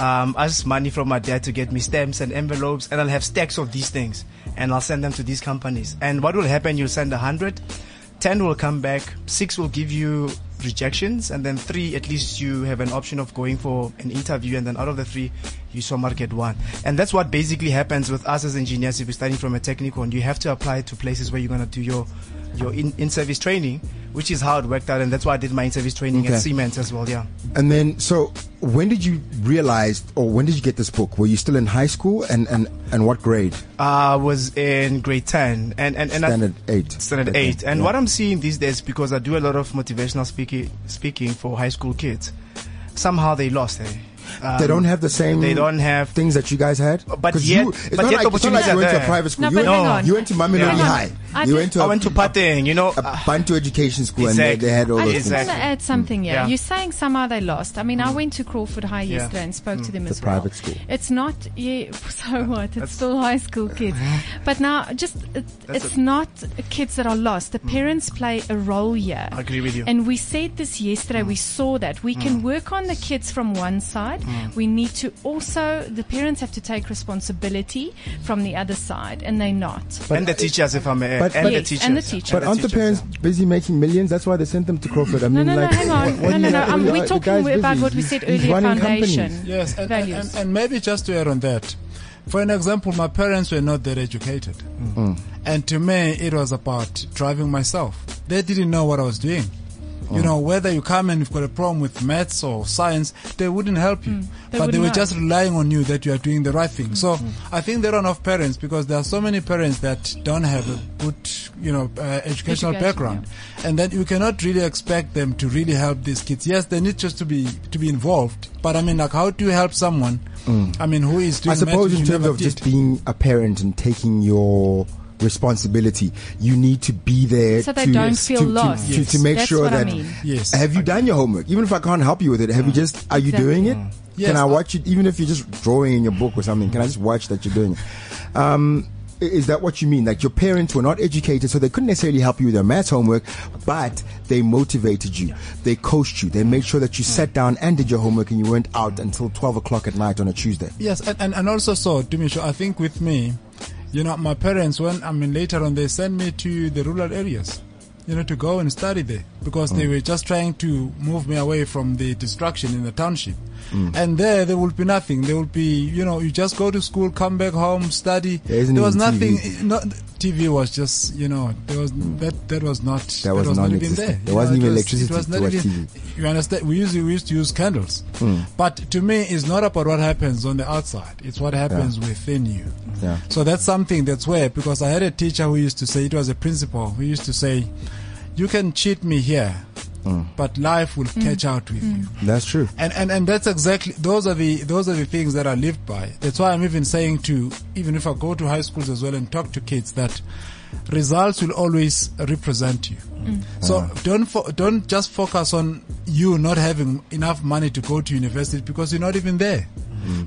Um, asked money from my dad to get me stamps and envelopes, and I'll have stacks of these things, and I'll send them to these companies. And what will happen? You'll send a hundred, ten will come back, six will give you rejections, and then three, at least you have an option of going for an interview, and then out of the three, you so mark get one. And that's what basically happens with us as engineers. If you're starting from a technical, and you have to apply to places where you're gonna do your your in, in-service training, which is how it worked out, and that's why I did my in-service training
Okay.
at Siemens as well. Yeah,
And then, so when did you realize, or when did you get this book? Were you still in high school, and and and what grade?
I was in grade ten, and and and I-
Standard eight.
Standard
Okay.
eight. And
Yeah.
what I'm seeing these days, because I do a lot of motivational speaking speaking for high school kids, somehow they lost it.
they don't have the same.
They don't have.
things that you guys had.
But
'Cause
yet-
you, it's
but
not
yet
like, it's not like
opportunities
you
are
went to a
there.
private school.
No,
you,
but
went,
hang on.
you went to Mamelodi
Yeah.
High.
I
you
did-
went to
I
a,
went to Pateng, you know. uh,
a Bantu education school, and they,
Exactly.
they had all
I
those
just
things.
want to add something here.
Yeah. Mm.
You're saying somehow they lost. I mean, I went to Crawford High
Yeah. Mm.
yesterday and spoke to them
It's
as
a
well.
private school.
It's not, yeah, so what? It's still high school kids. But now, just, it, it's not kids that are lost. The parents play a role here.
Mm. I agree with you. Mm.
And we said this yesterday. We saw that. We can work on the kids from one side.
Mm.
We need to also, the parents have to take responsibility from the other side, and they're not.
and the teachers, if I may,
but-
and,
but-
the
Yes,
teachers.
and the teachers.
But aren't the parents busy making millions? That's why they sent them to Crawford. I
No,
mean,
no,
like,
no, hang on.
what-
No, no, no.
what-
Um,
what-
we're
the
talking
guy's busy.
about what we
He's-
said
he's
earlier,
running companies.
foundation.
Yes, and, and,
Values.
and, and maybe just to add on that, for an example, my parents were not that educated. And to me, it was about driving myself. They didn't know what I was doing. You know, whether you come and you've got a problem with maths or science, they wouldn't help you.
Mm. They Mm.
but they
wouldn't
were
know.
just relying on you that you are doing the right thing. So I think there are enough parents because there are so many parents that don't have a good, you know, uh,
Education,
educational background and then you cannot really expect them to really help these kids. Yes, they need just to be to be involved, but I mean, like, how do you help someone? I mean, who is
Mm.
doing?
I suppose
math
in
which you
terms
never
of just
did?
being a parent and taking your responsibility, you need to be there
So they
to,
don't feel
to,
lost.
to, to, to make
That's
sure
what I
that
mean. Mm.
Yes.
have you done your homework? Even if I can't help you with it, have you just are you
Exactly.
doing it?
Mm. Yes,
Can I
I-
watch it? Even if you're just drawing in your book or something, can I just watch that you're doing it? Um, i- is that what you mean? Like your parents were not educated, so they couldn't necessarily help you with their maths homework, but they motivated you. They coached you. They made sure that
Mm.
you sat down and did your homework and you weren't out until 12 o'clock at night on a Tuesday.
Yes, and, and, and also so, Dumisho, I think with me, you know, my parents, when, I mean, later on, they sent me to the rural areas, you know, to go and study there because
Mm.
they were just trying to move me away from the destruction in the township.
Mm.
And there, there would be nothing. There would be, you know, you just go to school, come back home, study.
There isn't
there was
even
nothing.
TV.
No, TV was just, you know, there was that that was not that,
was
was not even
non-existent.
there.
There
You know,
wasn't
it
even
was-
electricity
It was
to
not
watch
even,
TV.
you understand? We used we used to use candles, but to me, it's not about what happens on the outside; it's what happens within you.
Yeah.
So that's something that's where because I had a teacher who used to say it was a principal who used to say, "You can cheat me here, but life will catch out with you."
That's true.
And, and and that's exactly those are the those are the things that I lived by. That's why I'm even saying to even if I go to high schools as well and talk to kids that results will always represent you.
Mm.
So don't fo- don't just focus on you not having enough money to go to university because you're not even there.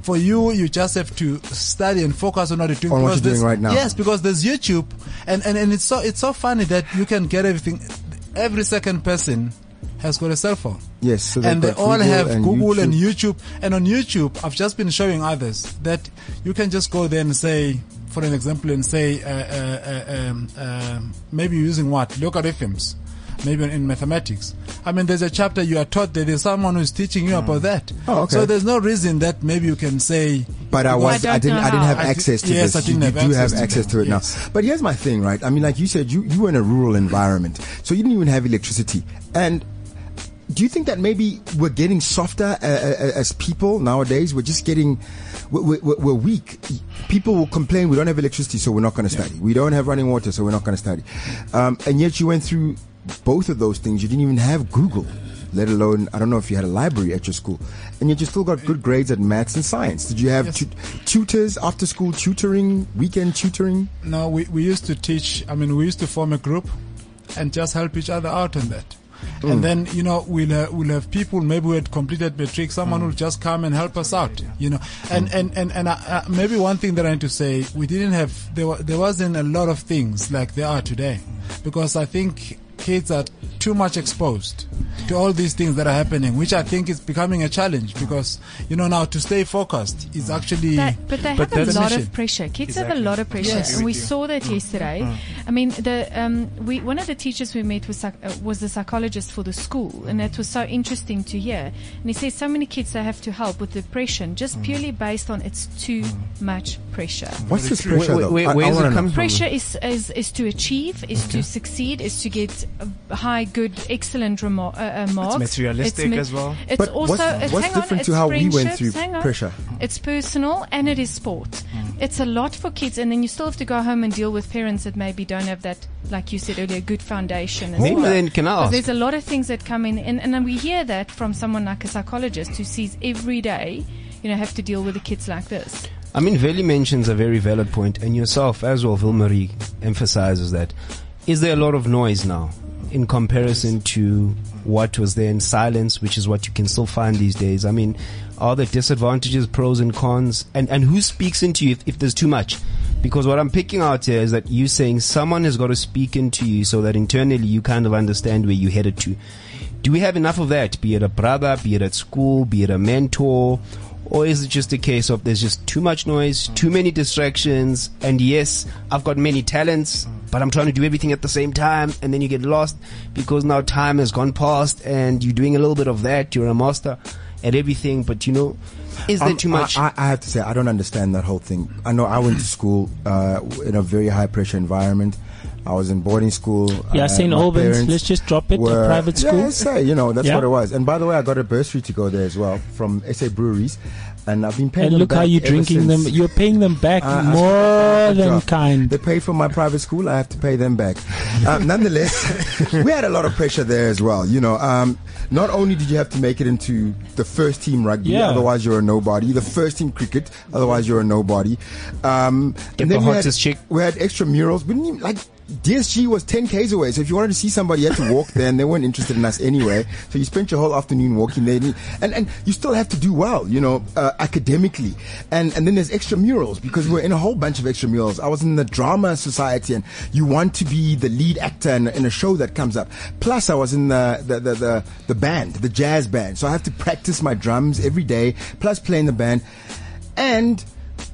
For you, you just have to study and focus on what you're doing.
Mm. On what
because
you're doing
there's-
right now.
Yes, because there's YouTube, and, and, and it's so it's so funny that you can get everything. Every second person has got a cell phone.
Yes, so they've
and they
got
all have
and
Google
YouTube.
and YouTube. And on YouTube, I've just been showing others that you can just go there and say, for an example, and say, uh, uh, uh, um, um maybe you're using what? Logarithms. Maybe in mathematics. I mean, there's a chapter you are taught that there's someone who's teaching you about that.
Oh, okay.
So there's no reason that maybe you can say,
But I was,
I
I,
don't
didn't,
know
I didn't
how.
have
I di-
access to
yes,
this.
I didn't
you,
have
you do have
access to
access
that,
to it
yes.
now. But here's my thing, right? I mean, like you said, you, you were in a rural environment, so you didn't even have electricity. And do you think that maybe we're getting softer uh, uh, as people nowadays? We're just getting, we're, we're, we're weak. People will complain, we don't have electricity, so we're not going to study. We don't have running water, so we're not going to study. Um, and yet you went through both of those things. You didn't even have Google. Let alone, I don't know if you had a library at your school, and yet you still got good grades at maths and science. Did you have
Yes.
tu- tutors, after school tutoring, weekend tutoring?
No, we, we used to teach, I mean, we used to form a group and just help each other out on that. And then, you know, we'll, uh, we'll have people, maybe we had completed matric, someone will just come and help us out, you know. And, and, and, and uh, uh, maybe one thing that I need to say, we didn't have, there, wa- there wasn't a lot of things like there are today. Because I think kids are too much exposed to all these things that are happening, which I think is becoming a challenge because, you know, now to stay focused is actually.
That- but they
But
have a
that's-
lot
Mission.
of pressure. Kids have a
Exactly.
lot of pressure,
Yes.
and we
With you.
saw that
Mm.
yesterday. I mean, the um, we one of the teachers we met was psych- uh, was the psychologist for the school, and that was so interesting to hear. And he says so many kids they have to help with depression
Mm.
just purely based on it's too much pressure.
What's this pressure
Where-
though?
where-
I- I
where's
wanna
it
know.
coming from?
Pressure is, is, is to achieve, is to succeed, is to get uh, high, good, excellent remo- uh, uh, marks.
materialistic as well.
It's
But
also
what's-
it's,
what's
hang on,
different
it's
to how we went
friendships,
through
hang on.
pressure?
It's personal and it is sport.
Mm.
It's a lot for kids, and then you still have to go home and deal with parents that maybe don't have that, like you said earlier, good foundation. and
Maybe
so on.
then can I
But
ask?
There's a lot of things that come in, and, and then we hear that from someone like a psychologist who sees every day, you know, have to deal with the kids like this.
I mean, Veli mentions a very valid point, and yourself as well, Vilmarie, emphasizes that. Is there a lot of noise now in comparison to what was there in silence, which is what you can still find these days? I mean, are there disadvantages, pros and cons, and, and who speaks into you if, if there's too much? Because what I'm picking out here is that you saying someone has got to speak into you so that internally you kind of understand where you're headed to. Do we have enough of that? Be it a brother, be it at school, be it a mentor, or is it just a case of there's just too much noise, too many distractions, and yes, I've got many talents, but I'm trying to do everything at the same time, and then you get lost because now time has gone past and you're doing a little bit of that, you're a master at everything, but you know, is there
Um,
too much?
I, I, I have to say, I don't understand that whole thing. I know I went to school uh, in a very high pressure environment. I was in boarding school.
Yeah,
uh,
St.
my
Albans.
parents
Let's just drop it.
were-
a private school.
Yeah, SA, you know, that's
Yeah.
what it was. And by the way, I got a bursary to go there as well from SA Breweries. And I've been paying
and
them
look how
back
you're
ever
drinking
since.
them. You're paying them back
I- I-
more than
job.
kind.
They paid for my private school. I have to pay them back. Um, nonetheless, we had a lot of pressure there as well. You know, um, not only did you have to make it into the first team rugby,
Yeah.
otherwise you're a nobody. The first team cricket, otherwise you're a nobody. Um,
Get the
we had,
hottest chick.
we had extra murals. We didn't even, like DSG was ten k's away. So if you wanted to see somebody, you had to walk there, and they weren't interested in us anyway. So you spent your whole afternoon walking there, and and you still have to do well, you know, uh, academically. And and then there's extra murals because we we're in a whole bunch of extra murals. I was in the drama society, and you want to be the lead actor in, in a show that comes up. Plus, I was in the the, the the the band, the jazz band. So I have to practice my drums every day, plus play in the band, and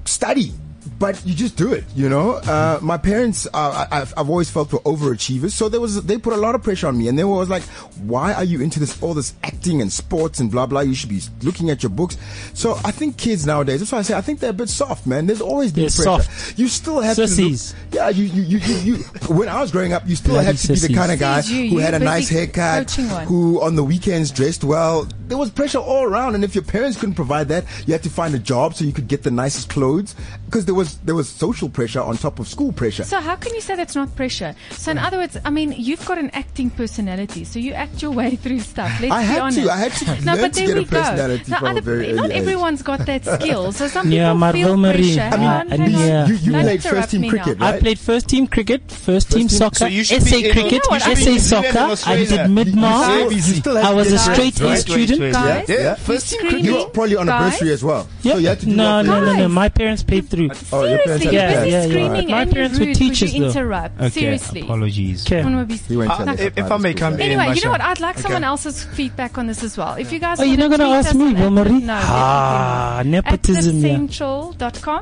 study but you just do it, you know. Uh,
Mm-hmm.
my parents, uh, I, I've, I've always felt were overachievers, so there was they put a lot of pressure on me, and they were always like, "Why are you into this all this acting and sports and blah blah? You should be looking at your books." So I think kids nowadays, that's why I say I think they're a bit soft, man. There's always been
They're
pressure.
soft.
You still have
Sissies.
to, look, yeah. You you, you you you When I was growing up, you still
Bloody
had to be
sissies.
the kind of guy
Sissies, you-
who
you
had a
busy
nice haircut,
coaching one.
who on the weekends dressed well. There was pressure all around, and if your parents couldn't provide that, you had to find a job so you could get the nicest clothes because there was there was social pressure on top of school pressure.
So how can you say that's not pressure? So in other words, I mean, you've got an acting personality, so you act your way through stuff. Let's
I
be
had to.
honest.
I had to
No,
learn
but
to
there
get a
we go.
personality
Now,
from a
other-
very
not
early age.
everyone's got that skill, so some
Yeah,
people
Marvel
feel
Marine.
pressure.
I mean,
Hang on,
and
hang on.
you-
you
Don't
played first
interrupt
team
me
cricket,
now.
right?
I played first team cricket, first team
team-
soccer,
so
you should
SA
be in-
cricket,
You know what, I
SA
think-
soccer. I did
You- you
mid
still- you
mark.
still have
I
to
was
get
a
grades,
straight A
right?
student religion?
Trade,
Guys,
yeah, yeah.
First
you
You were
screaming.
probably on a
Guys?
bursary Oh, as well.
Yeah.
So you had to do
no,
that
no,
thing.
no, no.
Guys.
My parents paid through.
Oh, your parents had
Seriously, you're
to
Yeah,
pay.
busy
yeah, yeah.
screaming
My
and
parents were
you're rude
teachers,
because you
though.
interrupt. Seriously.
Apologies.
Okay.
Anyone will be-
He went to
Uh,
Sunday
if- if
school,
I may
so-
come in.
Anyway, you
Masha.
know what? I'd like
Okay.
someone else's feedback on this as well. If you guys
Oh, you're not
want
gonna
tweet
ask
us
me,
on it-
Wilmarie?
No,
Ah,
definitely not.
nepotism, yeah.
At cliffcentral.com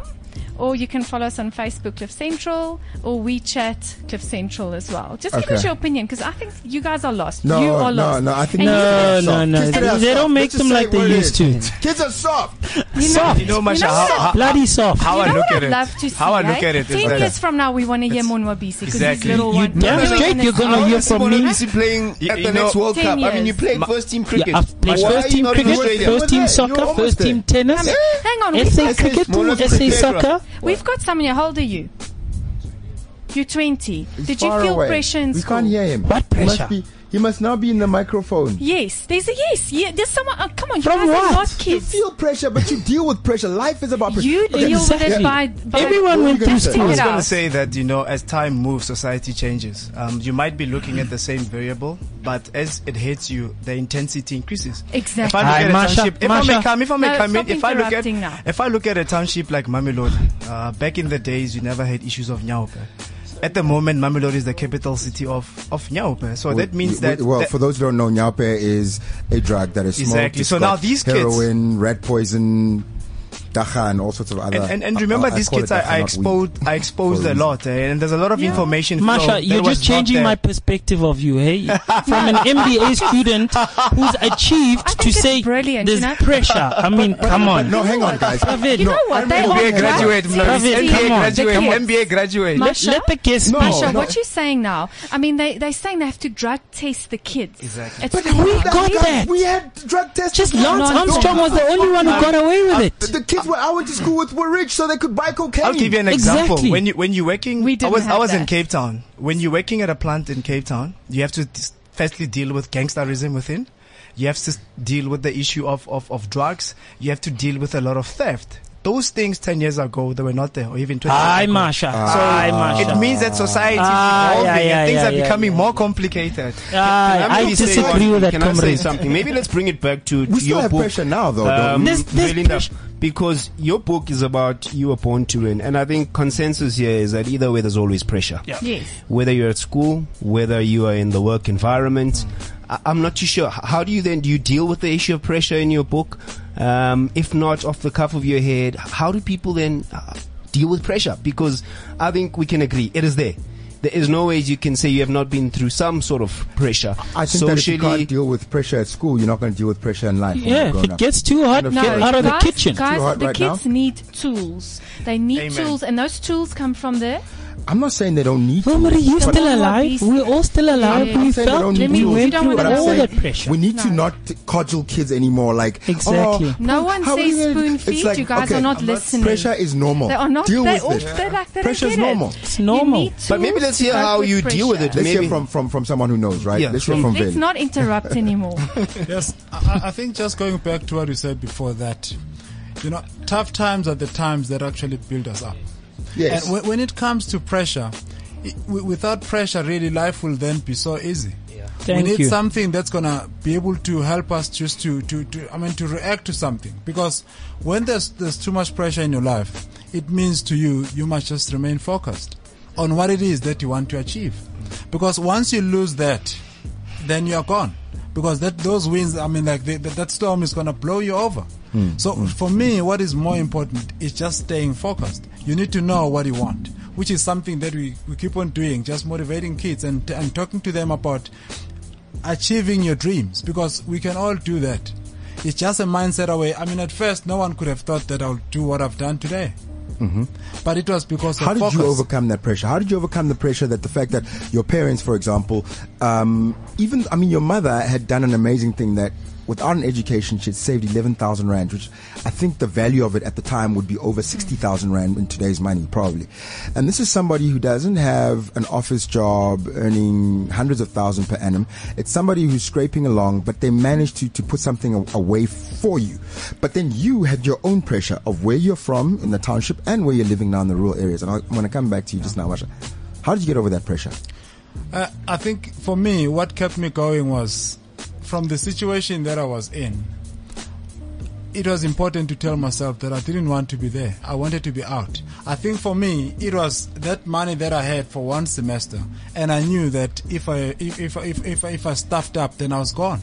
or you can follow us on Facebook, Cliff Central, or WeChat, Cliff Central as well. Just give
Okay.
us your opinion because I think you guys are lost.
No,
you are
no,
lost.
no, I think
And
no.
you-
No,
Kids
no,
are
no.
soft. Kids are
They
soft.
don't make
Let's
them
just
like
say it
they
what it
used
is.
to.
Kids are soft.
Soft.
You know, Masha,
know
how,
what?
how,
Bloody soft.
how
you
I
know
look
what I'd
at it.
love to see.
how I look
eh?
at it is
Ten
that
years from now, we want to hear Monwa Bisi because
Exactly.
he's little
You
one.
damn
doing
straight
it
you're gonna
now.
hear
Why
Yeah,
is Simone
Simone-
Lisi playing
You-
at
you
the
know-
next World
Ten
Cup? I mean, you
years.
played first team cricket.
Yeah, I've played
Why are
first
you
team
not in
cricket,
Australia?
first team
You're
soccer,
almost
first
there.
team tennis,
Hang on. we've
SA
got-
cricket,
Smaller
SA
cricket.
soccer.
We've got someone here. How old are you? You're 20. Did you
Far
feel
away.
pressure in
We
school?
can't hear him.
What
He must
pressure?
be- He must now be in the microphone.
Yes, there's a yes. Yeah, there's someone. Oh, come on, you
From
guys
what?
are not kids.
You feel pressure, but you deal with pressure. Life is about pressure.
You
Okay.
deal with it
Exactly.
by, by
Everyone went through
Take
I was
it
school.
going
out.
to say that you know, as time moves, society changes. Um, you might be looking at the same variable, but as it hits you, the intensity increases.
Exactly.
If I look
Hi,
at a
Masha,
township, if I
Masha.
may come, if I may
No,
come in,
stop
if I look at,
interrupting now.
if I look at a township like Mamelodi, uh, back in the days, you never had issues of Nyaupe. At the moment, Mamelodi is the capital city of of Nyaupe, so that means
We- we-
that
well,
that-
for those who don't know, nyaupe is a drug that is smoked.
Exactly.
It's
So now
got
these kids-
heroin, rat poison, dacha, and all sorts of other.
and, and, and remember,
uh, I- I
these
call it
kids I,
dacha,
I
not weed.
exposed I exposed a
Sorry.
lot, eh, and there's a lot of information. flow
Masha,
that
you're
was
just
not
changing
there.
my perspective of you, hey? From an MBA student who's achieved
think
to
it's
say
brilliant,
there's
you know?
pressure. I mean, come on.
No, hang on, guys.
Pravin,
You know what? They
MBA
are
graduate,
right.
Maurice.
Seriously.
MBA Come on. graduate,
The kids.
MBA graduate.
Masha?
let the kids
No.
speak.
Masha,
no.
what you're saying now, I mean, they, they're saying they have to drug test the kids. Exactly.
But we
got that.
We had drug tests.
Just
No,
Lance
no,
Armstrong
no.
was the only one who got away with it.
The kids where I went to school with were rich, so they could buy cocaine.
I'll give you an example.
Exactly.
When you when you're working,
We didn't
I was I
have
was in
that.
Cape Town. When you're working at a plant in Cape Town, you have to dis- firstly deal with gangsterism within. You have to s- deal with the issue of, of, of drugs. You have to deal with a lot of theft. Those things ten years ago they were not there, or even twenty.
Hi,
years ago.
Masha. Hi, Masha.
Ah. It means that society is
Ah,
evolving
yeah, yeah,
and things
yeah,
are
yeah,
becoming more complicated.
Ah,
Can
I
maybe say
disagree
one-
with that,
Can I say
comrade.
something? Maybe let's bring it back to, to
We still
your
have
book.
pressure now, though.
Um,
don't we?
There's- there's
Belinda,
pressure.
because your book is about you were born to win, and I think consensus here is that either way, there's always pressure.
Yes.
Whether you're at school, whether you are in the work environment, I, I'm not too sure. H- How do you then do you deal with the issue of pressure in your book? Um, if not off the cuff of your head, how do people then uh, deal with pressure? Because I think we can agree it is there. There is no way you can say you have not been through some sort of pressure.
I think that if you can't deal with pressure at school, you're not going to deal with pressure in life. when you're
Yeah, if
grown
it
up.
gets too hot,
Kind of
get
feeling.
out of the
guys,
kitchen.
Too
Guys,
hard
the
right
kids
now.
need tools. They need
Amen.
tools, and those tools come from there.
I'm not saying they don't need. to,
Wilmarie, you're
but-
still
But-
alive. We're all still alive.
Yeah.
We
I'm saying they
felt
don't
we
need to.
went
You don't
through
want
But I'm
to
all
saying
that pressure.
We need to
No.
not cudgel kids anymore. Like oh,
Exactly.
No
how
one
are
says
you gonna-
spoon
It's
feed. You guys are not listening.
Pressure is normal.
They are not.
Deal
they
with
all,
it.
They're like they
Pressure
don't
is
get it.
normal.
It's
You
normal.
need
But maybe
tools
let's
to
hear
cope
how
with
you deal with
pressure.
it.
Let's hear
Maybe-
from from from someone who knows, right?
Yeah,
Let's hear from
Let's
Ben.
not interrupt anymore.
Yes, I, I- I think just going back to what you said before that, you know, tough times are the times that actually build us up.
Yes.
And when, when it comes to pressure, i w without pressure, really, life will then be so easy.
Thank
we need
you.
something that's gonna be able to help us just to, to, to I mean to react to something because when there's there's too much pressure in your life, it means to you you must just remain focused on what it is that you want to achieve, because once you lose that, then you're gone. Because that those winds, I mean, like the, that that storm is gonna blow you over. So for me, what is more important is just staying focused. You need to know what you want, which is something that we, we keep on doing, just motivating kids and and talking to them about achieving your dreams because we can all do that. It's just a mindset away. I mean, at first, no one could have thought that I'll do what I've done today. Mm-hmm. But it was because
How
of
did
focus.
you overcome that pressure? How did you overcome the pressure that the fact that your parents, for example, um, even I mean, your mother had done an amazing thing that without an education she had saved eleven thousand rand, which I think the value of it at the time would be over sixty thousand rand in today's money, probably. And this is somebody who doesn't have an office job earning hundreds of thousands per annum. It's somebody who's scraping along, but they managed to to put something a- away for you. But then you had your own pressure of where you're from in the township and where you're living now in the rural areas. And I, I'm going to come back to you just now, Masha. How did you get over that pressure?
Uh, I think for me, what kept me going was from the situation that I was in, it was important to tell myself that I didn't want to be there. I wanted to be out. I think for me, it was that money that I had for one semester, and I knew that if I if if if if, if I stuffed up, then I was gone.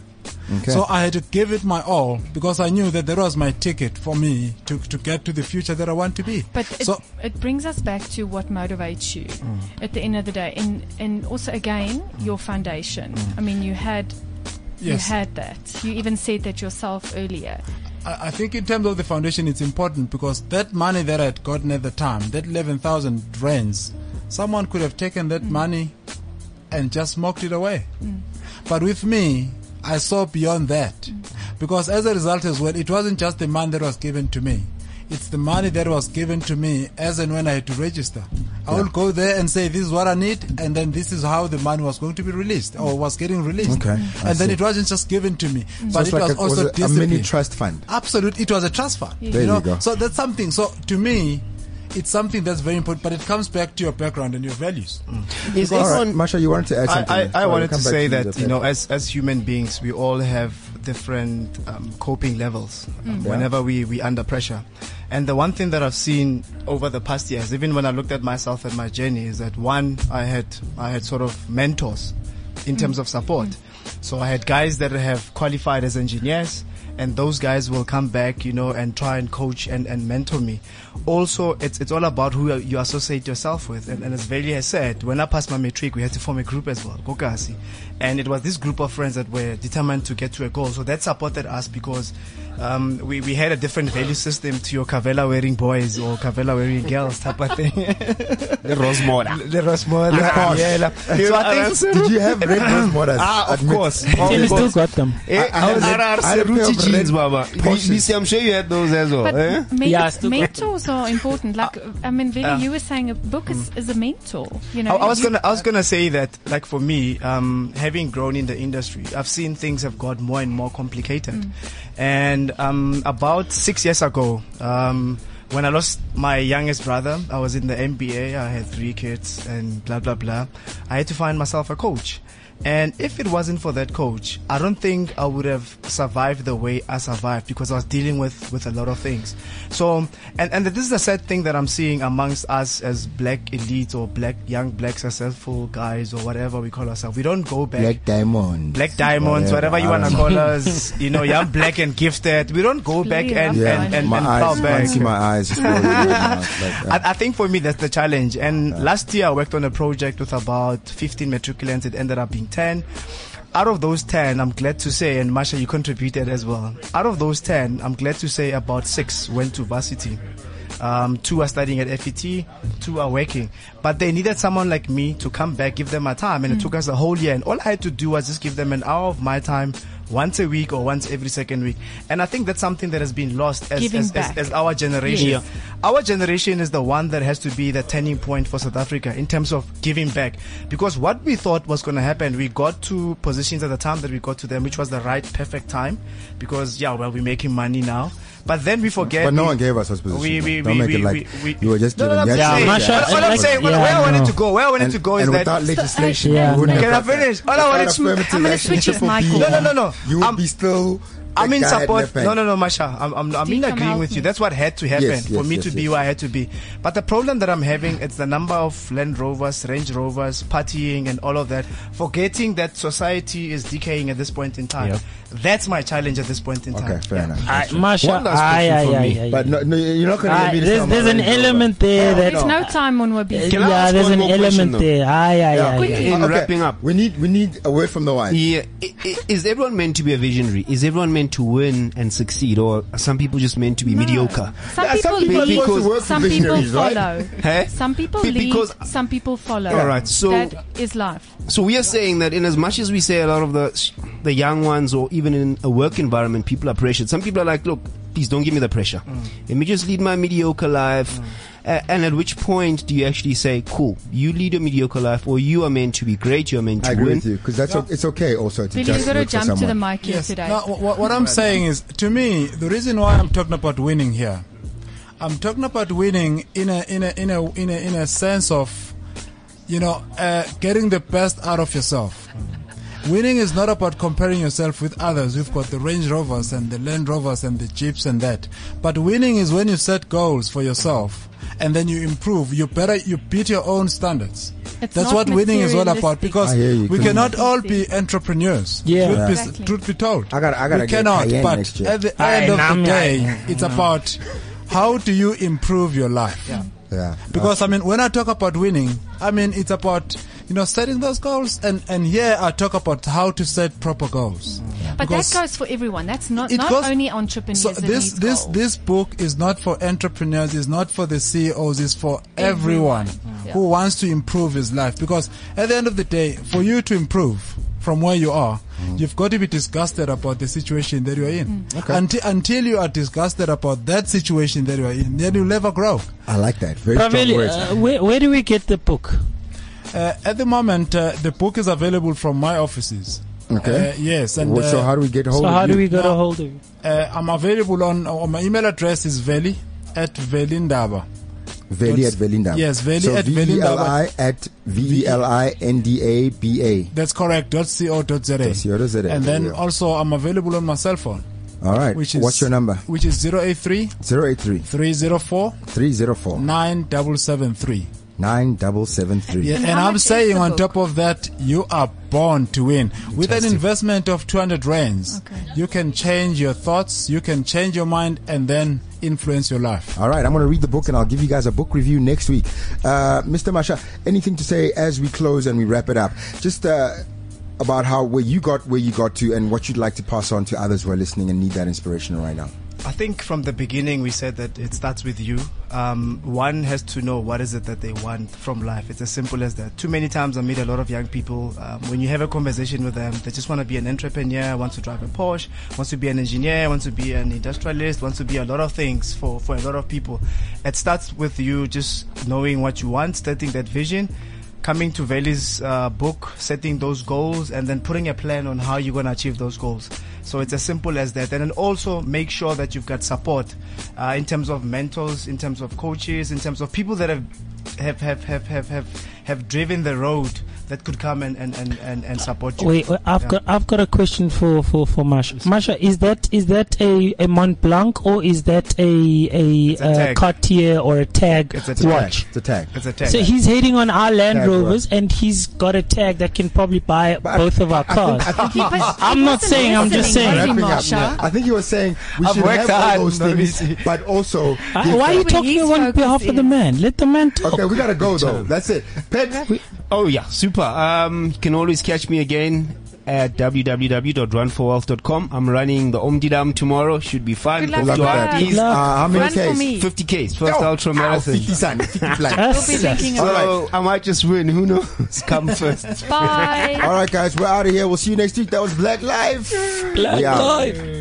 Okay.
So I had to give it my all because I knew that that was my ticket for me to to get to the future that I want to be.
But it,
so
it brings us back to what motivates you at the end of the day, and and also again your foundation. I mean, you had
Yes.
you had that. You even said that yourself earlier.
I I think in terms of the foundation, it's important because that money that I'd gotten at the time, that 11,000 rands, someone could have taken that money and just smoked it away. But with me, I saw beyond that. Because as a result as well, it wasn't just the money that was given to me. It's the money that was given to me as and when I had to register. I would go there and say, this is what I need, and then this is how the money was going to be released or was getting released.
Okay, I
And then
see. Mm.
it wasn't just given to me,
So
but
it's
it was
like a, was
also
it a mini
disciplined.
trust fund.
Absolutely, it was a trust fund.
There you
know?
go.
So that's something. So to me, it's something that's very important, but it comes back to your background and your values.
Is
All right,
everyone
Masha, you wanted to add something?
I, I, I
We'll
wanted to
come back
say
you,
that
Dr.
you know, as as human beings, we all have different um, coping levels um,
Yeah.
whenever we we under pressure. And the one thing that I've seen over the past years, even when I looked at myself and my journey, is that one, I had I had sort of mentors in terms of support. So I had guys that have qualified as engineers, and those guys will come back, you know, and try and coach and, and mentor me. Also, it's it's all about who you associate yourself with. And, and as Veli has said, when I passed my metric, we had to form a group as well, Kokasi. And it was this group of friends that were determined to get to a goal. So that supported us because um, we, we had a different value system to your Kavela wearing boys or Kavela wearing girls type of thing. The Rosmora. Yeah, la-
So I think, did you have red rose waters? Uh,
Ah, of
Admit-
course. Eh,
Tim
Of
still
course.
got them.
I- I was at- I had a pair of red Porsches.
I'm sure you had those
Oh,
as well.
But
eh?
men-
Yeah, I still got
mentors are important. Like I mean, Vili, you were saying a book is, is a mentor. You know,
I, I was
you- uh,
gonna, I was gonna say that, like for me, um, having grown in the industry, I've seen things have got more and more complicated.
Mm.
And um, about six years ago, um, when I lost my youngest brother, I was in the MBA. I had three kids and blah blah blah. I had to find myself a coach. And if it wasn't for that coach, I don't think I would have survived the way I survived because I was dealing with, with a lot of things. So, and, and this is the sad thing that I'm seeing amongst us as black elites or black, young, black successful guys or whatever we call ourselves. We don't go back.
Black diamond.
Black diamonds,
Whatever.
whatever you wanna call us, you know, young, black and gifted. We don't go back and
Yeah,
and and, and
my
plow
eyes.
back.
can't see my eyes. Just rolling right now. It's like, uh,
I, I think for me that's the challenge. And last year I worked on a project with about 15 matriculants. It ended up being 10. Out of those 10, I'm glad to say, and Masha, you contributed as well. Out of those 10, I'm glad to say about six went to varsity. Um, two are studying at FET, two are working. But they needed someone like me to come back, give them my time,
Hmm.
and it took us a whole year. And all I had to do was just give them an hour of my time once a week or once every second week. And I think that's something that has been lost as,
Giving
as, as,
back.
as our generation. Our generation is the one that has to be the turning point for South Africa in terms of giving back. Because what we thought was going to happen, we got to positions at the time that we got to them, which was the right, perfect time. Because, yeah, well, we're making money now. But then we forget.
but no
we-
one gave us those positions.
We, we,
Don't
we,
make
we,
it like
we, we,
you were just
no,
given.
no, no, I'm
yes, yes,
saying,
Masha,
yes.
all, all I'm saying, where,
yeah,
where I wanted
no.
to go, where I wanted
and,
to go is
and
that.
without legislation,
Yeah,
you wouldn't
can I
have that.
finish? All I wanted
Without
to.
affirmative
I'm gonna
action,
switch with
triple
Michael.
B,
No, no,
no, no.
You would
I'm-
be still.
I'm
the
in
guy at
support.
left back.
No, no, no, Masha. I'm, I'm, I'm
Do you
in
come
agreeing
help
with
me?
you. That's what had to happen
Yes,
for
yes,
me
yes,
to be
yes.
where I had to be. But the problem that I'm having is the number of Land Rovers, Range Rovers, partying, and all of that. Forgetting that society is decaying at this point in time.
Yep.
That's my challenge at this point in time.
Okay, fair
Yeah.
enough.
I, Masha,
One last
aye,
question
aye,
from
aye,
me.
aye,
But no, no, you're not going to
aye.
get me to
there's
come
there's
out
an
and go.
element there that
there's no time on Wabi.
Can I
yeah,
ask
there's
one
an
more question,
element
though?
there. Aye, aye,
Yeah.
aye,
Quickly.
aye.
In
Okay,
wrapping up,
we need we need a word from the wise.
yeah, i- i- is everyone meant to be a visionary? Is everyone meant to win and succeed, or are some people just meant to be mediocre?
Some
Yeah,
people
some people
lead,
want to work
some
with
people
visionaries, right?
follow.
Hey?
Some people
Be-
lead,
because-
some people follow.
All right, so-
that is life.
So we are saying that in as much as we say a lot of the the young ones or even in a work environment, people are pressured. Some people are like, look, please don't give me the pressure. Let me just lead my mediocre life. A- and at which point do you actually say, cool, you lead a mediocre life or you are meant to be great, you are meant to
I agree
win.
with you because that's o- it's okay also to
Billy,
just
you got to
look for
jump to the
someone.
mic here today.
No, wh- wh- what I'm saying is, to me, the reason why I'm talking about winning here, I'm talking about winning in a in a in a in a, in a sense of, you know, uh, getting the best out of yourself. Winning is not about comparing yourself with others. We've got the Range Rovers and the Land Rovers and the Jeeps and that. But winning is when you set goals for yourself and then you improve. You better, you beat your own standards.
It's
That's
not
what winning is all about
materialistic.
because
I hear you,
we
Kumi.
cannot all be entrepreneurs.
Yeah.
Truth, be,
Exactly.
truth be told.
I gotta- I gotta
we
get
cannot,
Cayenne
but
next year.
at the
I
end of
am,
the
I
day,
am.
it's about how do you improve your life?
Yeah.
Because I mean, when I talk about winning, I mean it's about you know setting those goals, and and here I talk about how to set proper goals.
But that
Because
goes for everyone. That's not,
it
not
goes-
only entrepreneurs.
So
that
this
needs
this
goals.
this book is not for entrepreneurs, is not for the CEOs, it's for everyone
Yeah.
who wants to improve his life. Because at the end of the day, for you to improve from where you are, you've got to be disgusted about the situation that you're in. Until until you are disgusted about that situation that you're in, then you'll never grow.
I like that. Very strong
Praveli,
words.
uh, where, where do we get the book?
Uh, at the moment, uh, the book is available from my offices.
Okay.
Uh, yes, and
Well, so
uh,
how do Oh, we get hold
So
of
how
you?
do we get
No.
a hold of you?
uh, I'm available on, on my email address is veli at velindaba.
Veli at Velindaba.
Yes, Veli
so
at
V-E-L-I at E V-E-L-I-N-D-A-B-A.
That's correct. dot co dot za.
.co.za,
And then
yeah.
also I'm available on my cell phone,
All right.
which is
What's your number?
Which is 083
083
304
304
9773.
9773.
Yeah, and
how
I'm
much is
saying
the
on
book?
top of that, you are born to win. With an investment of 200 rands,
Okay.
you can change your thoughts, you can change your mind, and then influence your life.
All right, I'm going to read the book and I'll give you guys a book review next week. Uh, Mr. Masha, anything to say as we close and we wrap it up? Just uh, about how where you got where you got to and what you'd like to pass on to others who are listening and need that inspiration right now.
I think from the beginning we said that it starts with you. Um, one has to know what is it that they want from life. It's as simple as that. Too many times I meet a lot of young people. Um, when you have a conversation with them, they just want to be an entrepreneur, want to drive a Porsche, wants to be an engineer, wants to be an industrialist, wants to be a lot of things for, for a lot of people. It starts with you just knowing what you want, stating that vision, coming to Veli's uh, book, setting those goals, and then putting a plan on how you're going to achieve those goals. So it's as simple as that. And then also make sure that you've got support uh, in terms of mentors, in terms of coaches, in terms of people that have have have have have have, have driven the road that could come and and and, and, and support you.
Wait, wait, I've
Yeah.
got I've got a question for for for Masha. Masha, is that is that a, a Mont Blanc or is that a
a
a, uh,
tag.
Cartier or a Tag
It's a tag.
watch?
It's a tag.
It's a tag.
So he's hating on our Land
Tag watch.
Rovers, and he's got a tag that can probably buy
But I-
both of our
I think-
cars.
I think he-
But it
I'm not
wasn't
saying, I'm
listening,
just saying.
was he,
Wrapping up,
Marsha?
I think you were saying we
I've
should
worked
have all
hard,
those things,
Nobisi.
but also
Uh, why are you
But
talking
his
on
focus
behalf of the
is-
man? Let the man talk.
Okay, we got to go though. That's it. Pet,
Oh yeah, super. Um, you can always catch me again at www.runforwealth.com. I'm running the Omdi Dam tomorrow. Should be fun.
Good luck
Hope
with
you
that.
are at
please,
ease.
uh, how many
Run for
Ks?
me.
50 Ks, first ultra marathon.
50 son, 50 blind.
We'll be
That's-
thinking
All
about
right.
So I might just win. Who knows? Come first.
it. Bye.
All right, guys, we're out of here. We'll see you next week. That was Black Life.
Black
We out.
life.